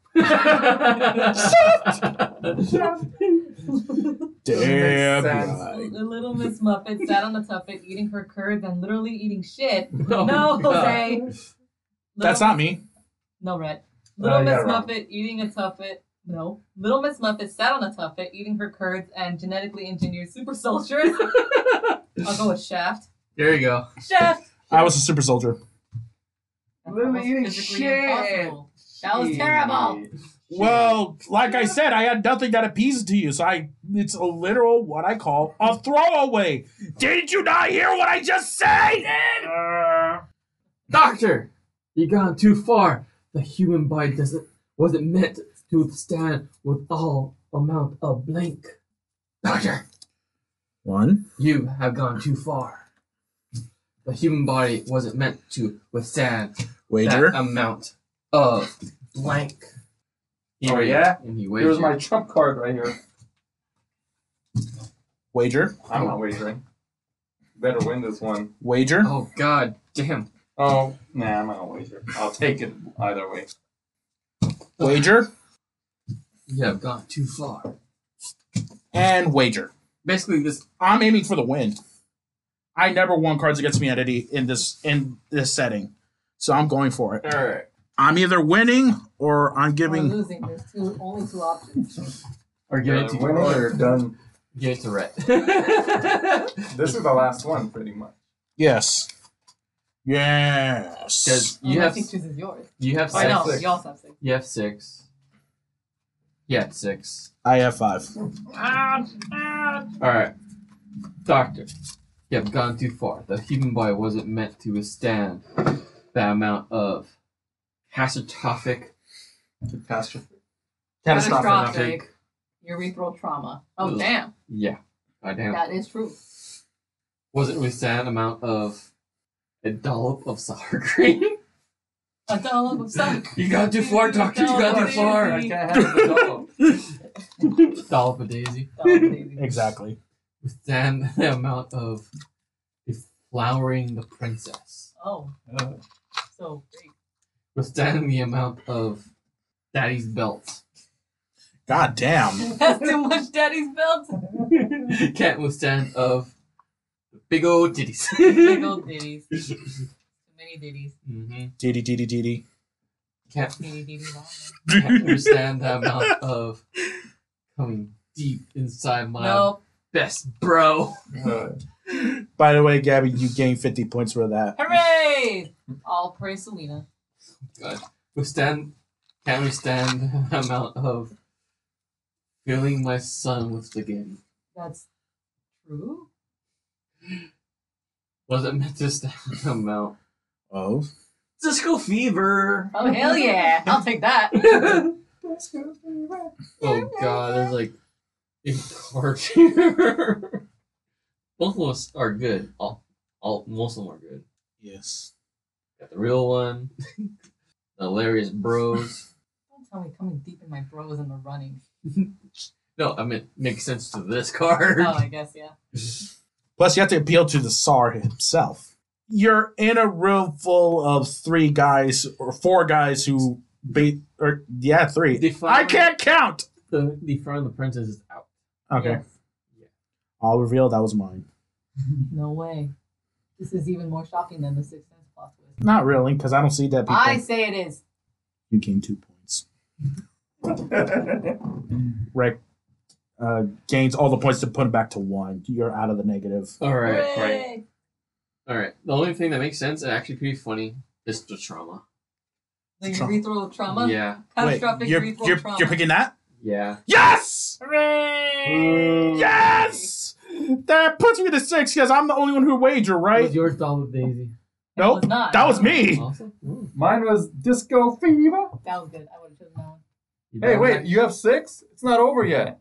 Damn. sense. right. The Little Miss Muffet sat on a tuffet, eating her curds and literally eating shit. Oh, no, God. Jose. That's not me. Oh, No, Red. No, Little you got Miss it wrong. Muffet eating a tuffet. No. Little Miss Muffet sat on a tuffet, eating her curds and genetically engineered super soldiers. I'll go with Shaft. There you go. Shaft. I was a super soldier. That's Literally almost eating physically shit. impossible. That was terrible. Well, like I said, I had nothing that appeased to you, so I it's a literal what I call a throwaway. Did you not hear what I just said? Oh, Doctor, you gone too far. The human body doesn't wasn't meant to withstand with all amount of blank. Doctor, One. you have gone too far. The human body wasn't meant to withstand Wager. that uh, amount of blank. He Oh, raised yeah? And he Here's wagered. my trump card right here. Wager. I'm not wagering. Better win this one. Wager. Oh God, damn. Oh, nah, I'm not gonna wager. I'll take it either way. Wager. You have gone too far. And wager. Basically, this I'm aiming for the win. I never won cards against humanity in this in this setting. So I'm going for it. All right. I'm either winning or I'm We're giving losing. There's two, only two options. or give it to winning or done. give it to Rhett. This is the last one, pretty much. Yes. Yes. Because you have Unless he chooses yours. you have Or six. no, six. you also have six. You have six. Yeah, six. I have five. All right, doctor. You have gone too far. The human body wasn't meant to withstand that amount of catastrophic Catastrophe. Catastrophic. urethral trauma. Oh, Ugh. damn. Yeah. Goddamn. That is true. Wasn't with sad amount of a dollop of sour cream. A dollop of soap. you got too far, doctor. You got too far. I can't have a dollop. dollop of daisy. Dollop, Oh, baby. Exactly. Withstand the amount of flowering the princess. Oh, Uh, so great. Withstand the amount of daddy's belt. God damn. That's too much daddy's belt. Can't withstand of big old titties. Big old ditties. Too many ditties. hmm Diddy diddy diddy. Can't, Ditty ditty long. can't withstand the amount of coming deep inside my No. best bro. uh, By the way, Gabby, you gained 50 points for that. Hooray! All praise Selena. withstand can withstand the amount of filling my son with spaghetti. That's true. Wasn't meant to stand the amount. Oh. Cisco fever. Oh hell yeah! I'll take that. oh god, there's like a card here. Both of us are good. All, all most of them are good. Yes. Got the real one. the hilarious bros. Don't tell me coming deep in my bro is in the running. No, I mean makes sense to this card. Oh, I guess yeah. Plus, you have to appeal to the Tsar himself. You're in a room full of three guys or four guys who beat, or yeah, three. Define- I can't count. The the front of the princess is out. Okay. Yes. I'll reveal that was mine. No way. This is even more shocking than the Sixth Sense plot twist. Not really, because I don't see that people. I say it is. You gain two points. Rick uh, gains all the points to put him back to one. You're out of the negative. All right. Hooray! All right. The only thing that makes sense and actually pretty funny is the trauma. The Trauma. urethral trauma. Yeah. Catastrophic you're, urethral you're, trauma. you're picking that? Yeah. Yes! Hooray! Yes! That puts me to six because I'm the only one who wagered, right? yours Dollar Daisy? It Nope, was not. that was me. Also? Ooh. mine was Disco Fever. That was good. I would have chosen that one. Hey, wait, you have six? It's not over yet.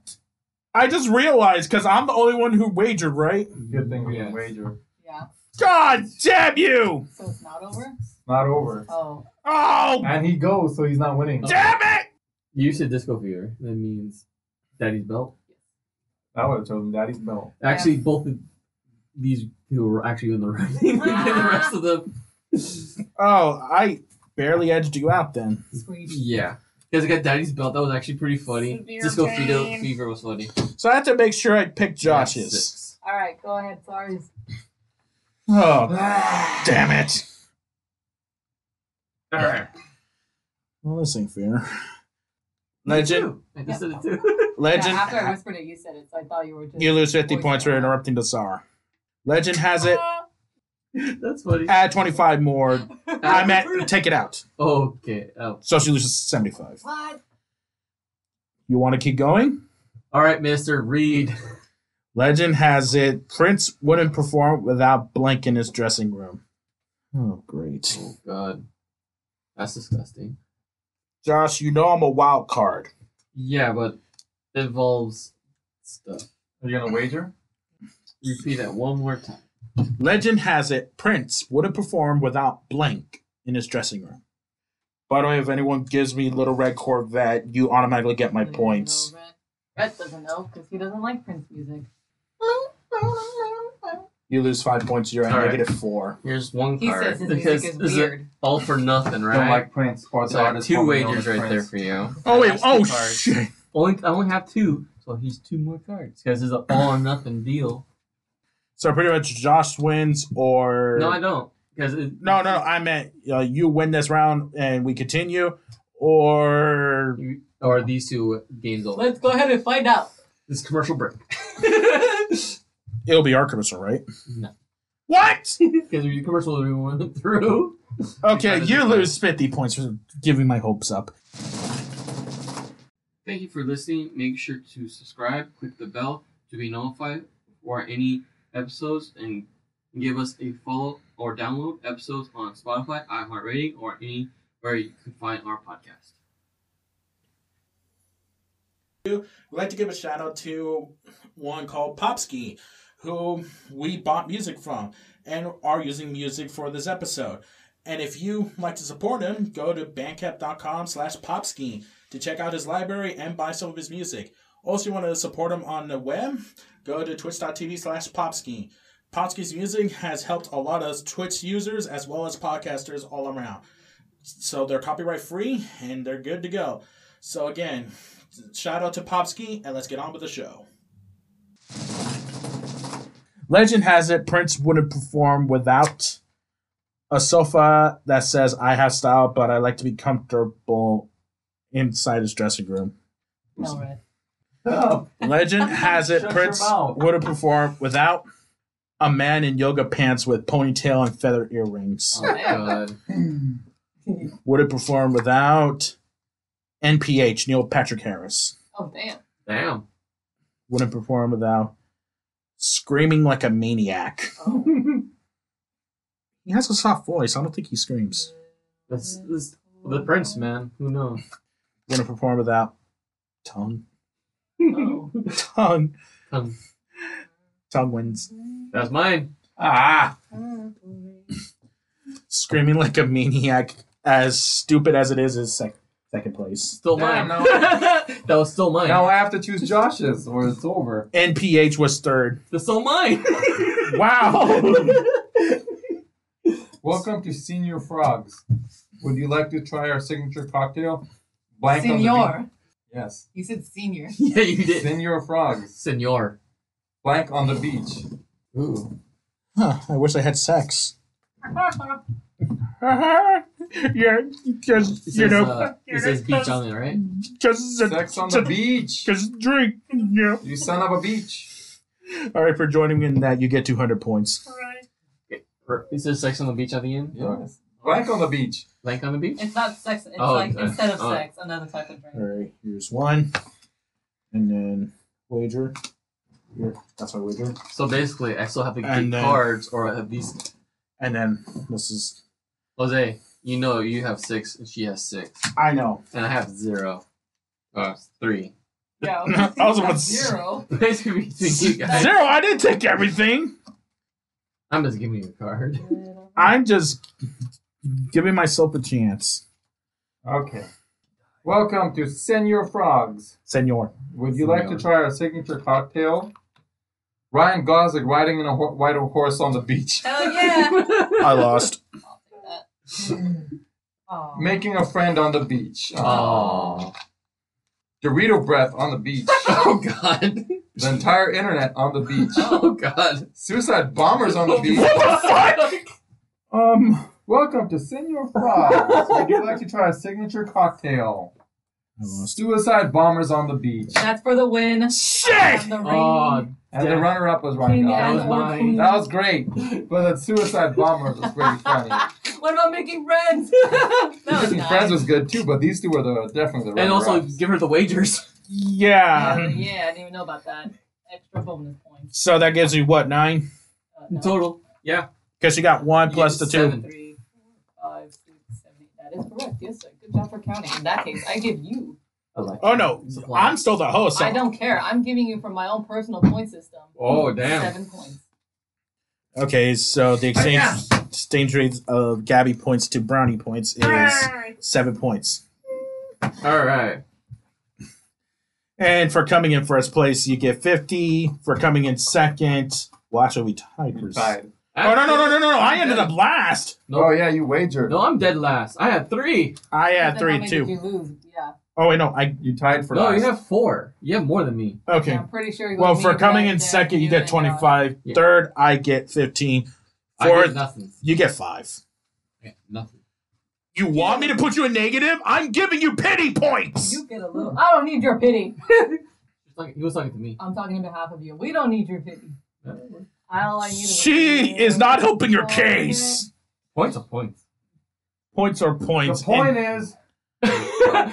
I just realized because I'm the only one who wagered, right? Good thing we Yeah. didn't wager. Yeah. God damn you! So it's not over. Not over. Oh, Oh, And he goes, so he's not Oh. winning. damn it! You said disco fever. That means daddy's belt. I would have chosen Daddy's Bell. Actually, both of these people were actually in the running. Ah. the rest of them. Oh, I barely edged you out then. screech. Yeah. Because I got daddy's belt. That was actually pretty funny. Severe disco fever, pain. fever was funny. So I have to make sure I pick Yeah, Josh's. six. All right, go ahead. Sorry. Oh, damn it. All right. Well, this ain't fair. Me Legend. too. I just said it too. Legend. Yeah, after I whispered it, you said it, so I thought you were just. You lose 50 voicing points for it. interrupting the Tsar. Legend has it. Ah! That's funny. Add 25 more. I meant take it out. Okay. Oh. So she loses 75. What? You want to keep going? All right, Mister Reed. Legend has it Prince wouldn't perform without Blank in his dressing room. Oh, great. Oh God, that's disgusting. Josh, you know I'm a wild card. Yeah, but it involves stuff. Are you going to wager? Repeat that one more time. Legend has it Prince wouldn't perform without Blank in his dressing room. By the way, if anyone gives me Little Red Corvette, you automatically get my Mm-hmm. Doesn't points. know, Rhett. Rhett doesn't know because he doesn't like Prince music. You lose five points, you're at All right. negative four. Here's one He card says his because music is this weird. all for nothing, right? Don't like Prince or the so I have artist two formerly known wagers as right there Prince. for you. Oh, wait. That's two Oh, cards. shit. Only I only have two, so he's two more cards because it's an all or nothing deal. So pretty much Josh wins or. No, I don't. Because no, no, I meant uh, you win this round and we continue, or Or these two games over. Let's go ahead and find out. This commercial break. it'll be our commercial, right? No. What? Because the commercial we went through. Okay, Because you it's- lose 50 points for giving my hopes up. Thank you for listening. Make sure to subscribe, click the bell to be notified for any episodes, and give us a follow or download episodes on Spotify, iHeartRadio, or anywhere you can find our podcast. We'd like to give a shout out to one called Popski, who we bought music from and are using music for this episode. And if you like to support him, go to bandcamp.com slash popski to check out his library and buy some of his music. Also, you want to support him on the web, go to twitch.tv slash popski. Popski's music has helped a lot of Twitch users as well as podcasters all around. So they're copyright free and they're good to go. So again, shout out to Popski and let's get on with the show. Legend has it Prince wouldn't perform without a sofa that says I have style, but I like to be comfortable inside his dressing room. All right. Oh, Legend has it Shut your Prince mouth. wouldn't perform without a man in yoga pants with ponytail and feather earrings. Oh my god. Wouldn't perform without NPH, Neil Patrick Harris. Oh damn. Damn. Wouldn't perform without screaming like a maniac. Oh. He has a soft voice. I don't think he screams. That's, that's the prince, man. Who knows? Wouldn't perform without tongue. Oh. Tongue. Um, Tongue wins. that's mine. ah, Screaming like a maniac, as stupid as it is, is sec- second place. Still Yeah, mine. no. that was still mine. now I have to choose Josh's, or it's over. NPH was third. That's still mine. Wow. Welcome to Senior Frogs. Would you like to try our signature cocktail? Blank on the bean- Senior. Yes. You said senior. yeah, you did. Senior Frogs. Senor. Blank on the beach. Ooh. huh, I wish I had sex. yeah, because It says, you know, uh, it says beach on there, right? because Sex on the beach. because drink. Yeah. You son of a beach. All right, for joining me in that, you get two hundred points. Or It says sex on the beach at the end. Yes. Blank on the beach. Blank on the beach. It's not sex. It's Oh, like okay. instead of Oh. sex, another type of All drink. right, here's one, and then wager. Here, that's my wager. So basically, I still have to get And then- cards or I have these. And then this is Jose, you know you have six and she has six, I know. and I have zero. Uh, three. Yeah. I was about to say- zero. Basically, you think you guys- Zero, I didn't take everything. I'm just giving you a card. I'm just giving myself a chance. Okay. Welcome to Senior Frogs. Senor. Would you like to Senor. try our signature cocktail? Ryan Gosling riding in a ho- white horse on the beach. Hell yeah. I lost. I'll take that. Aw. Making a friend on the beach. Uh, Oh. Dorito breath on the beach. Oh God. the entire internet on the beach. Oh God. Suicide bombers on the beach. Um. Welcome to Senor Frogs. Would you like to try a signature cocktail? I lost. Suicide bombers on the beach. That's for the win. Shit! And the Oh, ring. And the Yeah. runner up was Ryan King that and was Gosling. or mine. queen. That was great. But the suicide bombers was pretty funny. What about making friends? no, it's Making not. Friends was good too, but these two were the definitely the runner and also ups. give her the wagers. Yeah. yeah, but Uh, yeah, I didn't even know about that. Extra bonus points. So that gives you what nine? Uh, no. Total. Yeah. Because you got one You plus get the two. seven. Three, five, six, seven, eight. That is correct. Yes, sir. Good job for counting. In that case, I give you. Oh no, Supply. I'm still the host. So. I don't care. I'm giving you from my own personal point system. Oh damn. Seven points. Okay, so the exchange Yeah. exchange rate of Gabby points to Brownie points is seven points. All right. And for coming in first place, you get fifty. For coming in second, well, actually, we tied. You first. tied. Oh no no no no no! no. I ended up last. Oh yeah, you wagered. No, I'm dead last. I had three. I Then had how three many did two. You lose. Yeah. Oh wait, no, I You tied for no, last. you have four. You have more than me. okay. I'm pretty sure. it was Well, me, for coming Brad, in Dan, second, you get and uh, John. twenty-five. Yeah. Third, I get fifteen. I Fourth, get nothing. you get five. I get nothing. You want me to put you in negative? I'm giving you pity points. You get a little. I don't need your pity. He was talking- He was talking to me. I'm talking on behalf of you. We don't need your pity. All I need is- She is not helping your case. Points are points. Points are the points. point and is I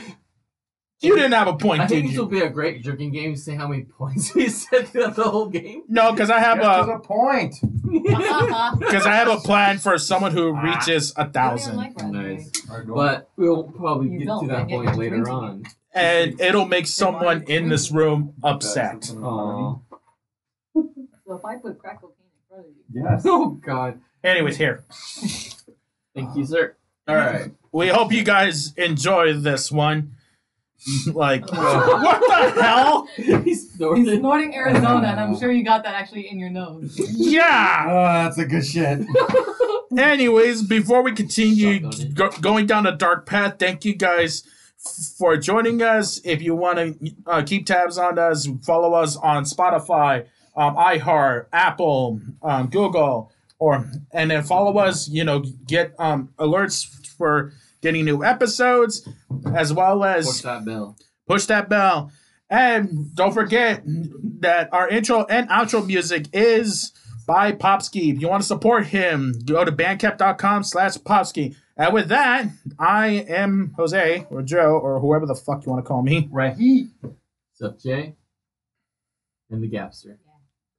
you didn't have a point, think did this you? will be a great drinking game. See how many points we said throughout the whole game. No, because I have get to a the point. because I have a plan for someone who Ah. reaches a I don't even thousand. like raspberry. Nice. But we'll probably You get don't, to that I get point your later drinking on. and it'll make someone in this room That's upset. an anomaly. Aw. So if I put crack cocaine in front of you, Yes. Oh God. Anyways, here. Thank you, sir. All right. We hope you guys enjoy this one. like, what the hell? He's He's snorting. snorting Arizona, and I'm sure you got that actually in your nose. Yeah. Ah, that's a good shit. Anyways, before we continue Suck on it. go- going down the dark path, thank you guys f- for joining us. If you want to uh, keep tabs on us, follow us on Spotify, um, iHeart, Apple, um, Google, or and then follow us. You know, get um, alerts for getting new episodes, as well Push as that bell. push that bell. And don't forget that our intro and outro music is by Popski. If you want to support him, go to bandcap.com slash Popski. And with that, I am Jose or Joe or whoever the fuck you want to call me. Rahi. What's up, Jay? And the Gapster.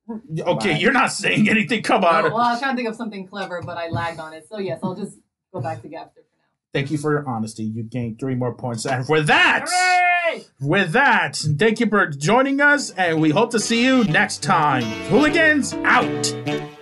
Okay, Bye. you're not saying anything. Come on. well, I was trying to think of something clever, but I lagged on it. So yes, I'll just go back to Gapster for now. Thank you for your honesty. You gained three more points. And for that, Hooray! with that, thank you for joining us. And we hope to see you next time. Hooligans out.